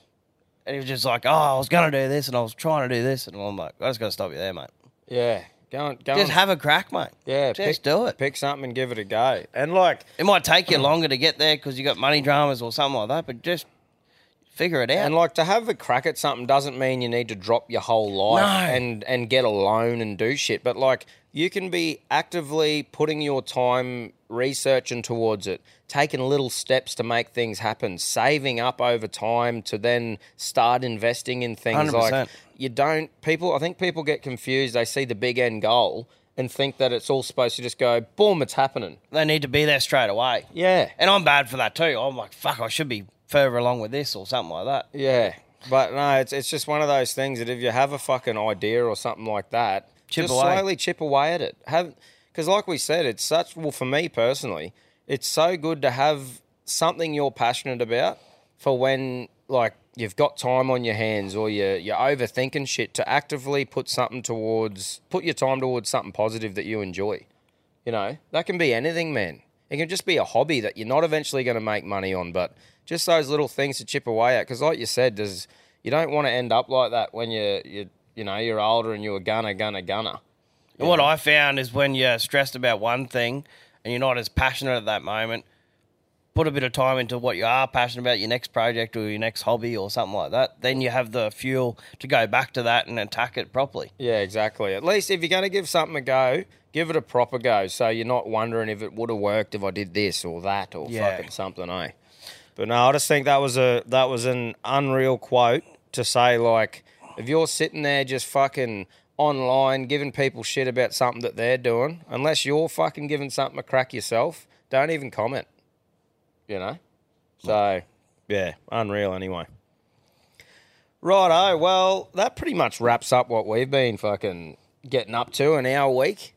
And he was just like, oh, I was going to do this and I was trying to do this, and I'm like, I just got to stop you there, mate.
Yeah. Go and go
Just
and-
have a crack, mate.
yeah,
just
pick,
do it.
Pick something and give it a go. And like
It might take you
Mm.
longer to get there because you got money dramas or something like that, but just figure it out.
And like to have a crack at something doesn't mean you need to drop your whole life
No.
and and get alone and do shit. But like you can be actively putting your time researching towards it, taking little steps to make things happen, saving up over time to then start investing in things like
100%.
you don't people I think people get confused. They see the big end goal and think that it's all supposed to just go boom, it's happening.
they need to be there straight away.
Yeah.
And I'm bad for that too. I'm like, fuck, I should be further along with this or something like that.
Yeah. But no, it's it's just one of those things that if you have a fucking idea or something like that,
Chip
just
away.
slowly chip away at it. Have because like we said, it's such well for me personally, it's so good to have something you're passionate about for when like you've got time on your hands or you're you're overthinking shit to actively put something towards put your time towards something positive that you enjoy. You know, that can be anything, man. It can just be a hobby that you're not eventually going to make money on, but just those little things to chip away at. Because, like you said, there's you don't want to end up like that when you you you know you're older and you're a gunner, gunner, gunner.
And what I found is when you're stressed about one thing and you're not as passionate at that moment, put a bit of time into what you are passionate about, your next project or your next hobby or something like that, then you have the fuel to go back to that and attack it properly.
Yeah, exactly. At least if you're going to give something a go, give it a proper go, so you're not wondering if it would have worked if I did this or that or
Yeah.
fucking something, eh? But no, I just think that was a that was an unreal quote to say like if you're sitting there just fucking online giving people shit about something that they're doing, unless you're fucking giving something a crack yourself, don't even comment. You know? So yeah, unreal anyway. Righto, well, that pretty much wraps up what we've been fucking getting up to in our week.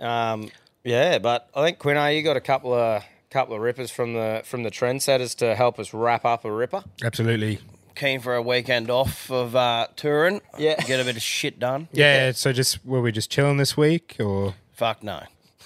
Um, yeah, but I think Quino, you got a couple of couple of rippers from the from the trendsetters to help us wrap up a ripper.
Absolutely.
Keen for a weekend off of uh, touring.
Yeah.
Get a bit of shit done.
Yeah, so just were we just chilling this week or
Fuck no.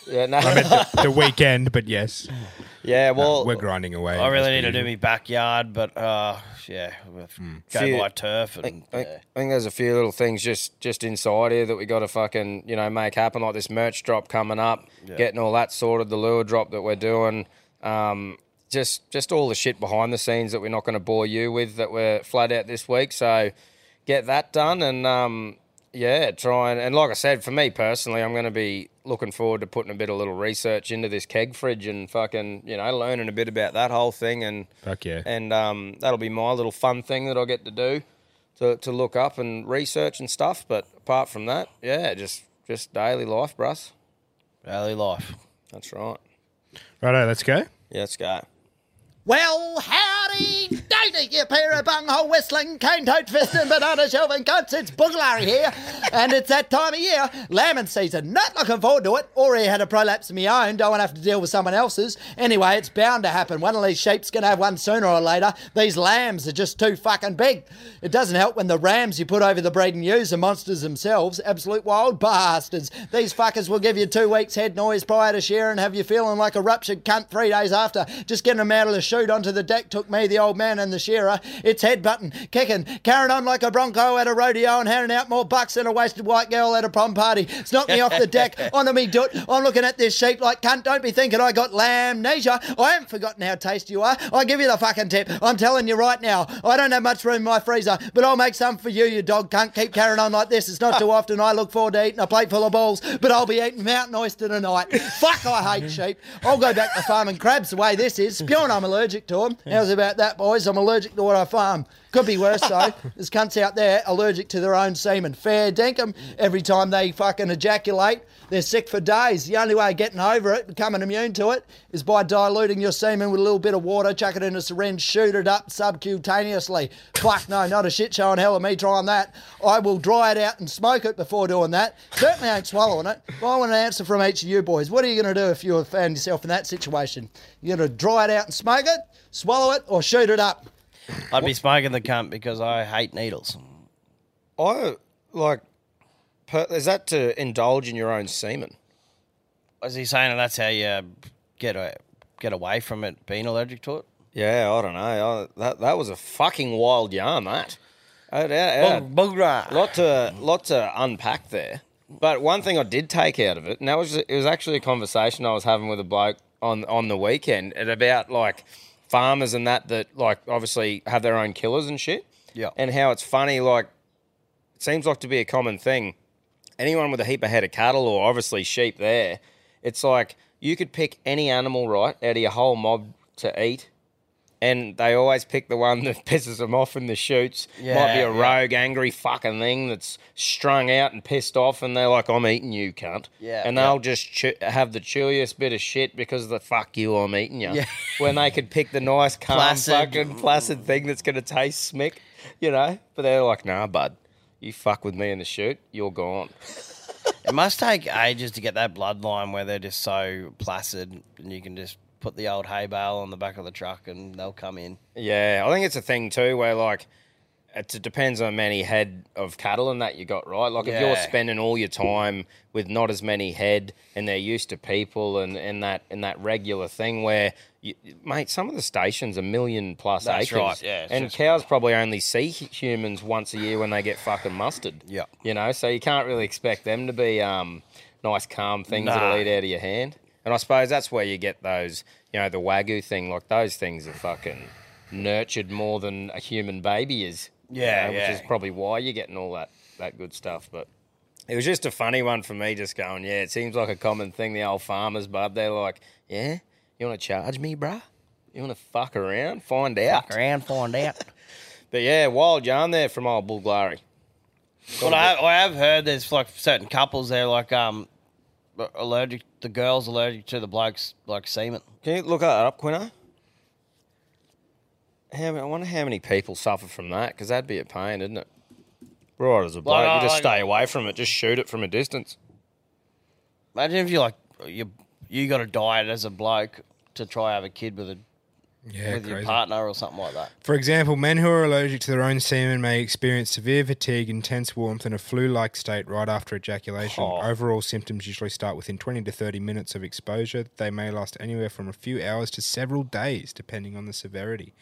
Yeah, no,
the, the weekend, but yes.
<laughs> yeah, well,
We're grinding away.
I really need to do my backyard, but uh, yeah, go
Few-
buy turf and
I,
yeah.
I think there's a few little things just just inside here that we got to fucking you know make happen, like this merch drop coming up, getting all that sorted, the lure drop that we're doing, um, just just all the shit behind the scenes that we're not going to bore you with that we're flat out this week. So get that done and um, yeah, try and, and like I said, for me personally, I'm going to be looking forward to putting a bit of little research into this keg fridge and fucking you know learning a bit about that whole thing and
Fuck yeah.
and um, that'll be my little fun thing that I'll get to do to, to look up and research and stuff. But apart from that, yeah, just just daily life, bruss.
daily life.
That's right.
Righto, let's go.
Yeah, let's go.
Well, howdy, doody, you pair of bunghole whistling, cane toad fisting, banana shelving cunts. It's Booglary here, and it's that time of year, lambing season. Not looking forward to it. Already had a prolapse of my own, don't want to have to deal with someone else's. Anyway, it's bound to happen. One of these sheep's going to have one sooner or later. These lambs are just too fucking big. It doesn't help when the rams you put over the breeding ewes are monsters themselves, absolute wild bastards. These fuckers will give you two weeks head noise prior to shearing, have you feeling like a ruptured cunt three days after. Just getting them out of the chute onto the deck took me, the old man, and the shearer. It's head button, kicking, carrying on like a bronco at a rodeo and handing out more bucks than a wasted white girl at a prom party. It's knocked me off the deck, onto me doot. I'm looking at this sheep like cunt. Don't be thinking I got lamnesia. I haven't forgotten how tasty you are. I give you the fucking tip. I'm telling you right now. I don't have much room in my freezer, but I'll make some for you, you dog cunt. Keep carrying on like this. It's not too often I look forward to eating a plate full of balls, but I'll be eating mountain oyster tonight. Fuck, I hate sheep. I'll go back to farming crabs the way this is. Spewing, I'm allergic to them. How's about that, boys? I'm allergic to
the what I farm. Could be worse though. There's cunts out there allergic to their own semen. Fair dinkum. Every time they fucking ejaculate, they're sick for days. The only way of getting over it, becoming immune to it, is by diluting your semen with a little bit of water, chuck it in a syringe, shoot it up subcutaneously. Fuck no, not a shit show in hell of me trying that. I will dry it out and smoke it before doing that. Certainly ain't swallowing it. But I want an answer from each of you boys. What are you going to do if you found yourself in that situation? You're going to dry it out and smoke it, swallow it, or shoot it up?
I'd be smoking the cunt because I hate needles.
I like. Per, is that to indulge in your own semen?
Is he saying that's how you get a, get away from it being allergic to it?
Yeah, I don't know. I, that that was a fucking wild yarn. That. I, I, I,
Boogra.
lot to lot to unpack there. But one thing I did take out of it, and that was it was actually a conversation I was having with a bloke on on the weekend and about like farmers and that that like obviously have their own killers and shit.
Yeah.
And how it's funny, like it seems like to be a common thing. Anyone with a heap of head of cattle or obviously sheep there, it's like you could pick any animal right out of your whole mob to eat. And they always pick the one <laughs> that pisses them off in the shoots. Might be
Yeah,
a
yeah.
rogue, angry fucking thing that's strung out and pissed off, and they're like, "I'm eating you, cunt."
Yeah,
and
yeah.
they'll just chew- have the chewiest bit of shit because of the fuck you, I'm eating you.
Yeah.
when they could pick the nice, calm,
Placid. mm.
fucking placid thing that's gonna taste smick, you know. But they're like, "Nah, bud, you fuck with me in the shoot, you're gone."
It must take ages to get that bloodline where they're just so placid and you can just put the old hay bale on the back of the truck and they'll come in.
Yeah, I think it's a thing too where like it d- depends on how many head of cattle and that you got, right? Like if you're
Yeah.
spending all your time with not as many head and they're used to people and, and that and that regular thing where you, mate, some of the stations a million plus
That's
acres,
right, yeah, it's
and
just-
cows probably only see hu- humans once a year when they get fucking mustered.
Yeah.
you know, so you can't really expect them to be um, nice, calm things
Nah.
that'll eat out of your hand. And I suppose that's where you get those, you know, the wagyu thing. Like those things are fucking nurtured more than a human baby is. you
Yeah,
know,
yeah.
Which is probably why you're getting all that that good stuff. But it was just a funny one for me, just going, yeah, it seems like a common thing. The old farmers, bub, they're like, yeah, you want to charge me, bruh? You want to fuck around? Find out.
Around, find out.
But yeah, wild yarn there from old Bull Glary.
<laughs> Well, I, I have heard there's like certain couples they're like um allergic. The girls allergic to the blokes like semen.
Can you look that up, Quino? How, I wonder how many people suffer from that because that'd be a pain, isn't it? Right as a bloke,
Well,
you just
like-
stay away from it, just shoot it from a distance.
Imagine if you like you you got to diet as a bloke to try have a kid with a
Yeah,
with your
crazy.
partner or something like that.
For example, men who are allergic to their own semen may experience severe fatigue, intense warmth, and a flu like state right after ejaculation.
Oh.
Overall symptoms usually start within 20 to 30 minutes of exposure. They may last anywhere from a few hours to several days, depending on the severity.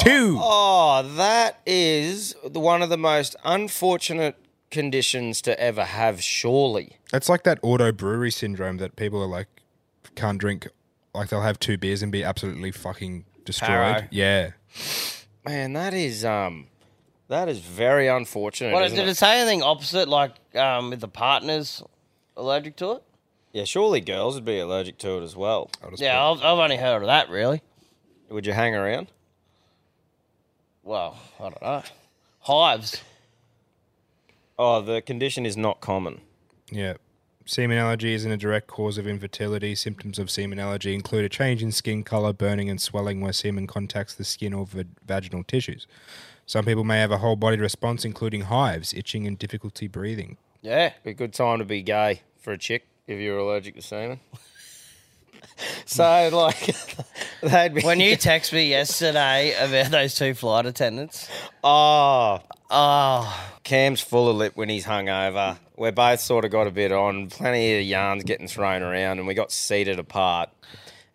Two.
Oh, that is the- one of the most unfortunate conditions to ever have, surely.
That's like that auto brewery syndrome that people are like, can't drink. Like they'll have two beers and be absolutely fucking destroyed.
Paro.
Yeah.
Man, that is um, that is very unfortunate.
What
isn't
did it?
it?
say anything opposite like um with the partners allergic to it?
Yeah, surely girls would be allergic to it as well.
I'll just
Yeah, I've, I've only heard of that really.
Would you hang around?
Well, I don't know. Hives.
Oh, the condition is not common.
Yeah. Semen allergy isn't a direct cause of infertility. Symptoms of semen allergy include a change in skin color, burning, and swelling where semen contacts the skin or va- vaginal tissues. Some people may have a whole body response, including hives, itching, and difficulty breathing.
Yeah.
a good time to be gay for a chick if you're allergic to <laughs> semen. <laughs> so like they'd be
<laughs> When you text me yesterday about those two flight attendants,
oh
oh,
Cam's full of lip when he's hungover. We're both sort of got a bit on, plenty of yarns getting thrown around, and we got seated apart.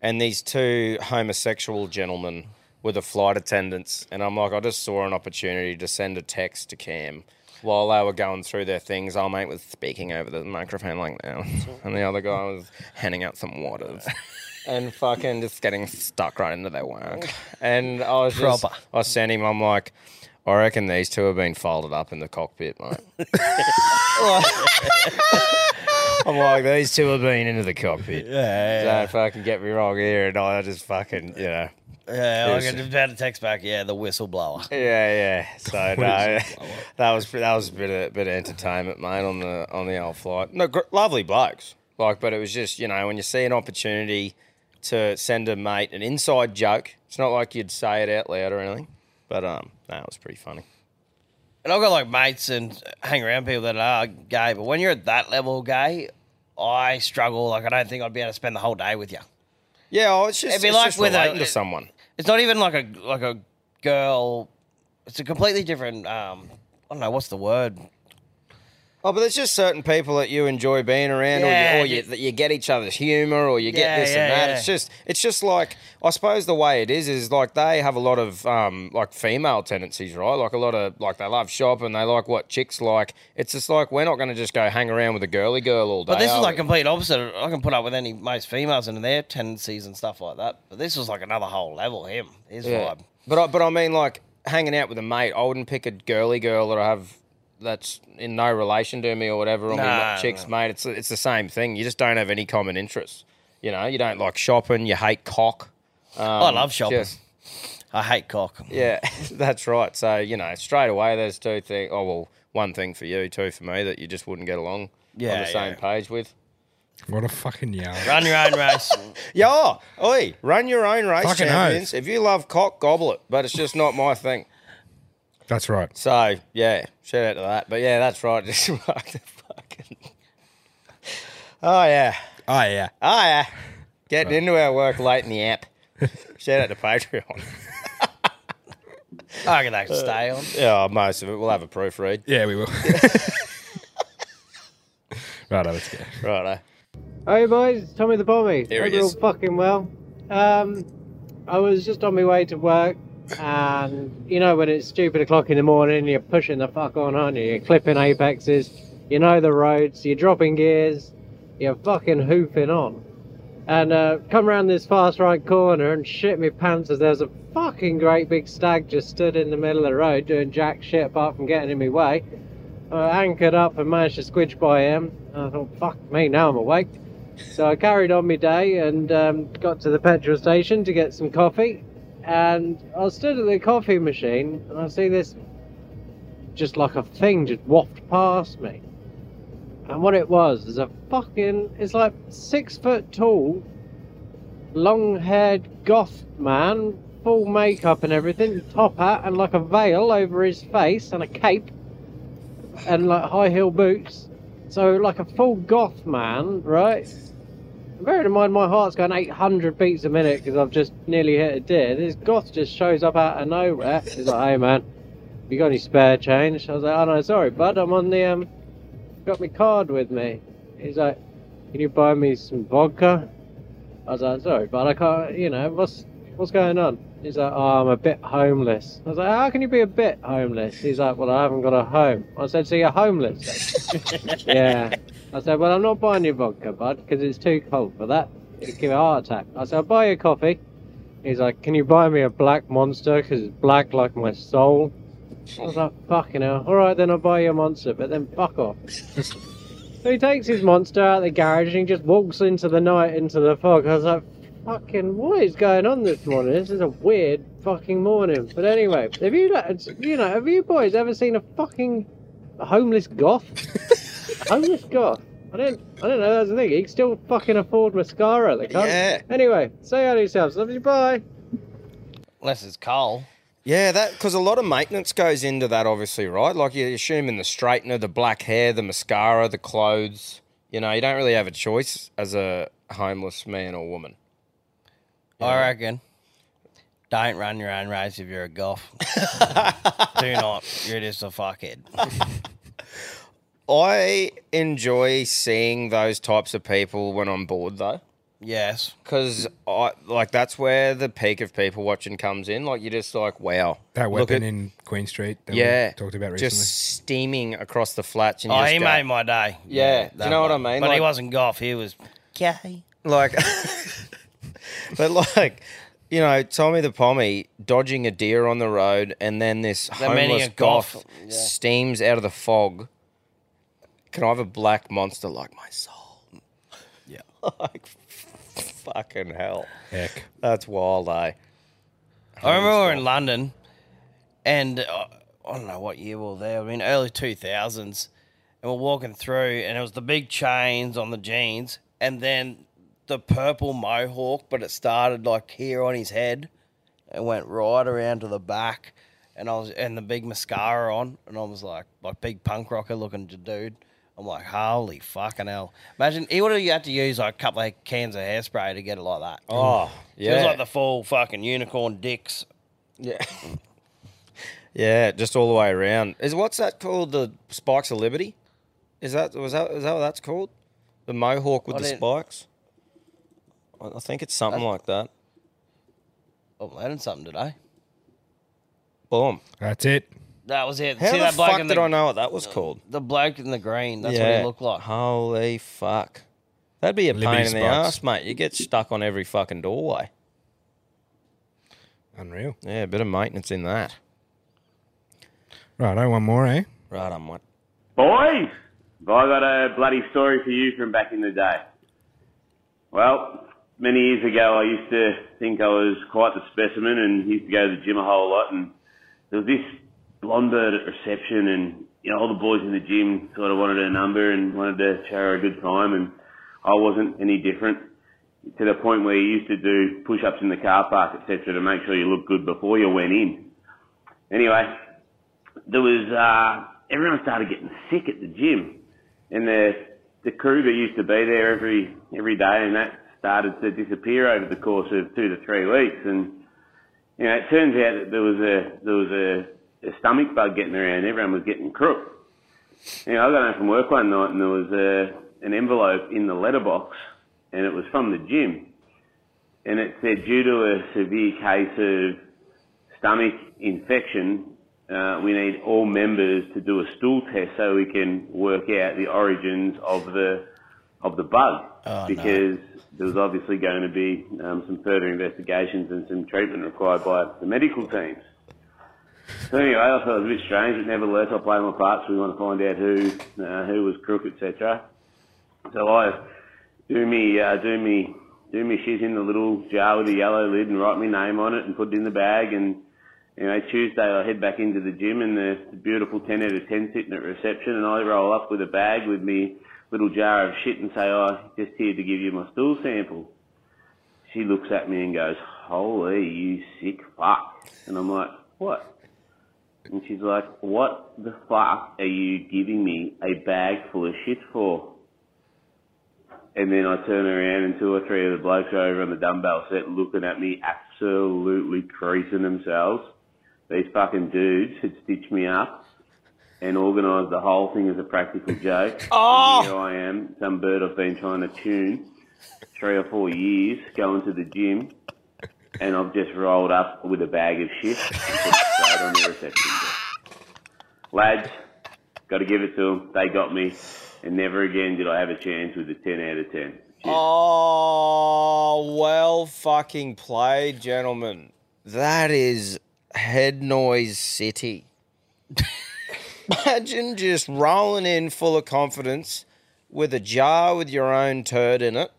And these two homosexual gentlemen were the flight attendants, and I'm like, I just saw an opportunity to send a text to Cam while they were going through their things. Our mate was speaking over the microphone like that, and the other guy was handing out some waters. And fucking just getting stuck right into their work. And I was just,
Proper.
I sent him, I'm like, I reckon these two have been folded up in the cockpit, mate. <laughs> I'm like, these two have been into the cockpit. Yeah. Don't fucking get me wrong here. And I just fucking, you know,
Yeah, I got- had a text back. Yeah, the whistleblower.
Yeah, yeah. <laughs> So no, that was that was a bit of bit of entertainment, mate, on the on the old flight. No, gr- lovely blokes, like, but it was just you know when you see an opportunity to send a mate an inside joke, it's not like you'd say it out loud or anything, but um, no, it was pretty funny.
And I've got like mates and hang around people that are gay, but when you're at that level gay, I struggle. Like I don't think I'd be able to spend the whole day with you.
Yeah, oh, it's just
It'd be
it's
like
just
with a-
relating to someone.
It's not even like a like a girl. It's a completely different. Um, I don't know what's the word.
Oh, but there's just certain people that you enjoy being around,
Yeah,
or, you, or you,
ju-
that you get each other's humor, or you get
Yeah, yeah,
this and that.
yeah.
It's just, it's just like I suppose the way it is is like they have a lot of um, like female tendencies, right? Like a lot of like they love shopping, they like what chicks like. It's just like we're not going to just go hang around with a girly girl all day.
But this
are
is like
we?
complete opposite. I can put up with any most females and their tendencies and stuff like that. But this was like another whole level. Him, his vibe.
But I, but I mean, like hanging out with a mate, I wouldn't pick a girly girl that I have that's in no relation to me or whatever. Or
Nah,
my chicks, mate. It's it's the same thing. You just don't have any common interests. You know, you don't like shopping. You hate cock.
I love shopping.
just-
I hate cock.
yeah, <laughs> that's right. So you know, straight away, there's two things. Oh well, one thing for you, two for me that you just wouldn't get along on
Yeah,
the same
yeah.
page with.
What a fucking yarn.
Run your own race.
Yeah, oi, run your own race,
Fucking oath.
champions. If you love cock, gobble it. But it's just not my thing.
That's right.
So yeah, shout out to that. But yeah, that's right. <laughs> Just mark the fucking. Oh yeah,
Oh yeah.
oh yeah. Getting into our work late in the app. shout out to Patreon.
I reckon they can stay on.
<laughs> Yeah, most of it. We'll have a proofread.
Yeah, we will. Righto, let's go.
Right.
Hey boys, it's Tommy the Bommy.
There
Hope
he
you're
is.
all fucking well. Um, I was just on my way to work, and you know when it's stupid o'clock in the morning, you're pushing the fuck on, aren't you? You're clipping apexes, you know the roads, you're dropping gears, you're fucking hoofing on. And uh, come round this fast right corner and shit me pants as there's a fucking great big stag just stood in the middle of the road doing jack shit apart from getting in my way. I anchored up and managed to squidge by him. I thought, fuck me, now I'm awake. So I carried on my day and um, got to the petrol station to get some coffee. And I stood at the coffee machine and I see this just like a thing just waft past me. And what it was is a fucking, it's like six foot tall, long haired goth man, full makeup and everything, top hat and like a veil over his face and a cape and like high heel boots. So like a full goth man, right? Bearing in mind my heart's going 800 beats a minute because I've just nearly hit a deer. This goth just shows up out of nowhere. He's like, "Hey man, you got any spare change?" I was like, "Oh no, sorry, bud. I'm on the um, got my card with me." He's like, "Can you buy me some vodka?" I was like, "Sorry, bud. I can't. You know what's what's going on?" He's like, "Oh, I'm a bit homeless." I was like, "How can you be a bit homeless?" He's like, "Well, I haven't got a home." I said, "So you're homeless?" <laughs> yeah. I said, well, I'm not buying you vodka, bud, because it's too cold for that. It'd give me a heart attack. I said, I'll buy you a coffee. He's like, can you buy me a black monster? Because it's black like my soul. I was like, fucking hell. All right, then I'll buy you a monster, but then fuck off. <laughs> so he takes his monster out of the garage and he just walks into the night, into the fog. I was like, fucking, what is going on this morning? This is a weird fucking morning. But anyway, have you, you know, have you boys ever seen a fucking homeless goth? homeless goth. I don't, I don't know. That's the thing. He can still fucking afford mascara. They can't.
Yeah.
Anyway, say hi to yourselves. Love you. Bye.
Unless it's coal.
Yeah, that because a lot of maintenance goes into that, obviously, right? Like you're assuming the straightener, the black hair, the mascara, the clothes. You know, you don't really have a choice as a homeless man or woman.
I reckon. Don't run your own race if you're a goth. Do not. You're just a fuckhead.
I enjoy seeing those types of people when I'm bored, though.
Yes.
Because I like that's where the peak of people watching comes in. Like you're just like, wow,
That
Look
weapon
at-
in Queen Street that
yeah,
we talked about recently.
just steaming across the flats. And you
Oh,
just
he
go-
made my day.
Yeah, do you
that
know what
one.
I mean?
But he
Like-
wasn't goth. He was.
like <laughs> but like you know tommy the pommy dodging a deer on the road and then this
many
homeless
a goth,
goth, steams out of the fog can i have a black monster like my soul <laughs> yeah like fucking hell
Heck.
that's wild eh
I remember we were in London, and uh, I don't know what year we were there. I mean, early two thousands, and we're walking through, and it was the big chains on the jeans, and then the purple mohawk, but it started like here on his head, and went right around to the back, and I was and the big mascara on, and I was like like big punk rocker looking dude. I'm like, holy fucking hell! Imagine he would have had to use like a couple of cans of hairspray to get it like that.
Oh,
it was
yeah.
like the full fucking unicorn dicks.
Yeah. <laughs> Yeah, just all the way around. Is what's that called? The spikes of liberty? Is that was that is that what that's called? The mohawk with
I
the
didn't-
spikes. I I think it's something like that.
Oh, I learned something today.
Boom.
That's it.
That was it.
How
See
the
that bloke
fuck
in
did
the-
I know what that was called?
The bloke in the green. That's what
Yeah.
he looked like.
Holy fuck. That'd be a
Liberty
pain in the
spikes.
ass, mate. You get stuck on every fucking doorway.
Unreal.
Yeah, a bit of maintenance in that.
Right, oh, one more, eh?
Right on what?
Boys, have I got a bloody story for you from back in the day. Well, many years ago, I used to think I was quite the specimen and used to go to the gym a whole lot. And there was this blonde bird at reception, and you know all the boys in the gym sort of wanted her number and wanted to show her a good time, and I wasn't any different. To the point where you used to do push-ups in the car park, etc., to make sure you looked good before you went in. Anyway, there was uh, everyone started getting sick at the gym, and the the crew that used to be there every every day, and that started to disappear over the course of two to three weeks. And you know, it turns out that there was a there was a, a stomach bug getting around. Everyone was getting crook. You know, I got home from work one night, and there was a, an envelope in the letterbox, and it was from the gym, and it said due to a severe case of stomach infection, uh, we need all members to do a stool test so we can work out the origins of the of the bug
Oh, no.
because there was obviously going to be um, some further investigations and some treatment required by the medical teams. So anyway, I thought it was a bit strange, but nevertheless, I played my part, so we want to find out who uh, who was crook, etc. So I do me uh, do me do me shiz in the little jar with a yellow lid and write my name on it and put it in the bag and you know, Tuesday I head back into the gym and the, the beautiful 10 out of 10 sitting at reception and I roll up with a bag with me little jar of shit and say, oh, just here to give you my stool sample. She looks at me and goes, holy, you sick fuck. And I'm like, what? And she's like, what the fuck are you giving me a bag full of shit for? And then I turn around and two or three of the blokes are over on the dumbbell set looking at me, absolutely creasing themselves. These fucking dudes had stitched me up and organised the whole thing as a practical joke.
Oh!
And here I am, some bird I've been trying to tune three or four years, going to the gym, and I've just rolled up with a bag of shit and put it straight on the reception desk. Lads, got to give it to them. They got me, and never again did I have a chance with a 10 out of 10.
Oh, well fucking played, gentlemen. That is head
<laughs>
noise city. Imagine just rolling in full of confidence with a jar with your own turd in it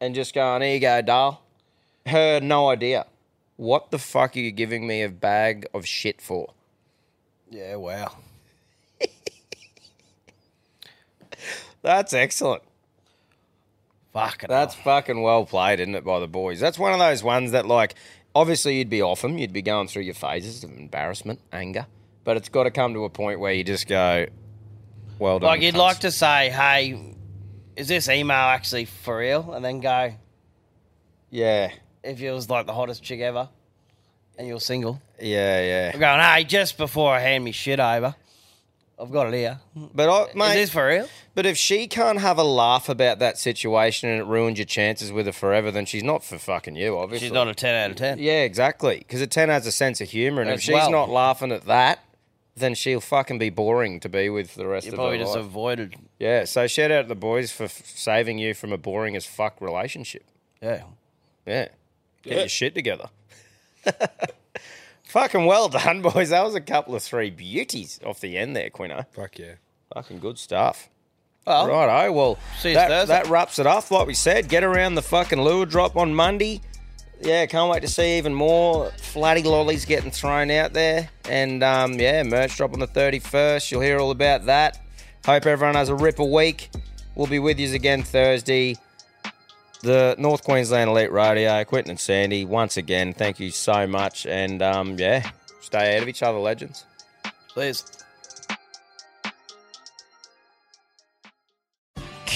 and just going, here you go, doll. Her, no idea. What the fuck are you giving me a bag of shit for?
Yeah, wow.
That's excellent.
Fucking
That's fucking well played, isn't it, by the boys? That's one of those ones that, like, obviously you'd be off 'em, You'd be going through your phases of embarrassment, anger. But it's got to come to a point where you just go, well done.
Like you'd
cunts."
like to say, hey, is this email actually for real? And then go,
Yeah,
if you was like the hottest chick ever and you're single.
yeah,
I'm
yeah.
going, hey, just before I hand me shit over, I've got it here.
But, I, mate,
is this for real?
but if she can't have a laugh about that situation and it ruins your chances with her forever, then she's not for fucking you, obviously.
She's not a 10 out of 10.
Yeah, exactly. Because a 10 has a sense of humour, and if
As
she's
well.
not laughing at that, then she'll fucking be boring to be with the rest
You
of
probably
her
just
life.
avoided.
Yeah, so shout out to the boys for f- saving you from a boring as fuck relationship.
Yeah.
Yeah. Get your shit together. <laughs> Fucking well done, <laughs> boys. That was a couple of three beauties off the end there, Quino.
Fuck yeah.
Fucking good stuff.
Well,
Righto, well,
See you
that,
Thursday.
that wraps it up. Like we said, get around the fucking lure drop on Monday.
yeah, can't wait to see even more flatty lollies getting thrown out there. And um, yeah, merch drop on the 31st. You'll hear all about that. Hope everyone has a ripper week. We'll be with you again Thursday. The North Queensland Elite Radio, Quentin and Sandy, once again, thank you so much. And um, yeah, stay out of each other, legends. Please.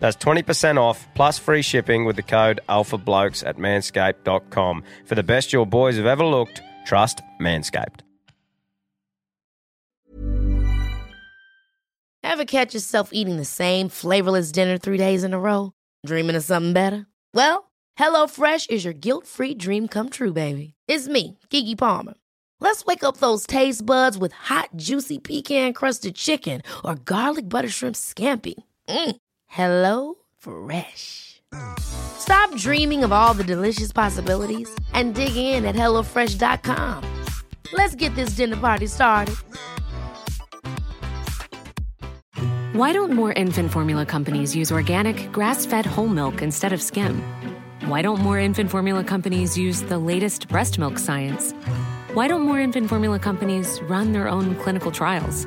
That's 20% off plus free shipping with the code ALPHABLOKES at manscaped.com. For the best your boys have ever looked, trust Manscaped.
Ever catch yourself eating the same flavorless dinner three days in a row? Dreaming of something better? Well, HelloFresh is your guilt free dream come true, baby. It's me, Gigi Palmer. Let's wake up those taste buds with hot, juicy pecan crusted chicken or garlic butter shrimp scampi. Mm. Hello Fresh. Stop dreaming of all the delicious possibilities and dig in at HelloFresh.com. Let's get this dinner party started.
Why don't more infant formula companies use organic, grass fed whole milk instead of skim? Why don't more infant formula companies use the latest breast milk science? Why don't more infant formula companies run their own clinical trials?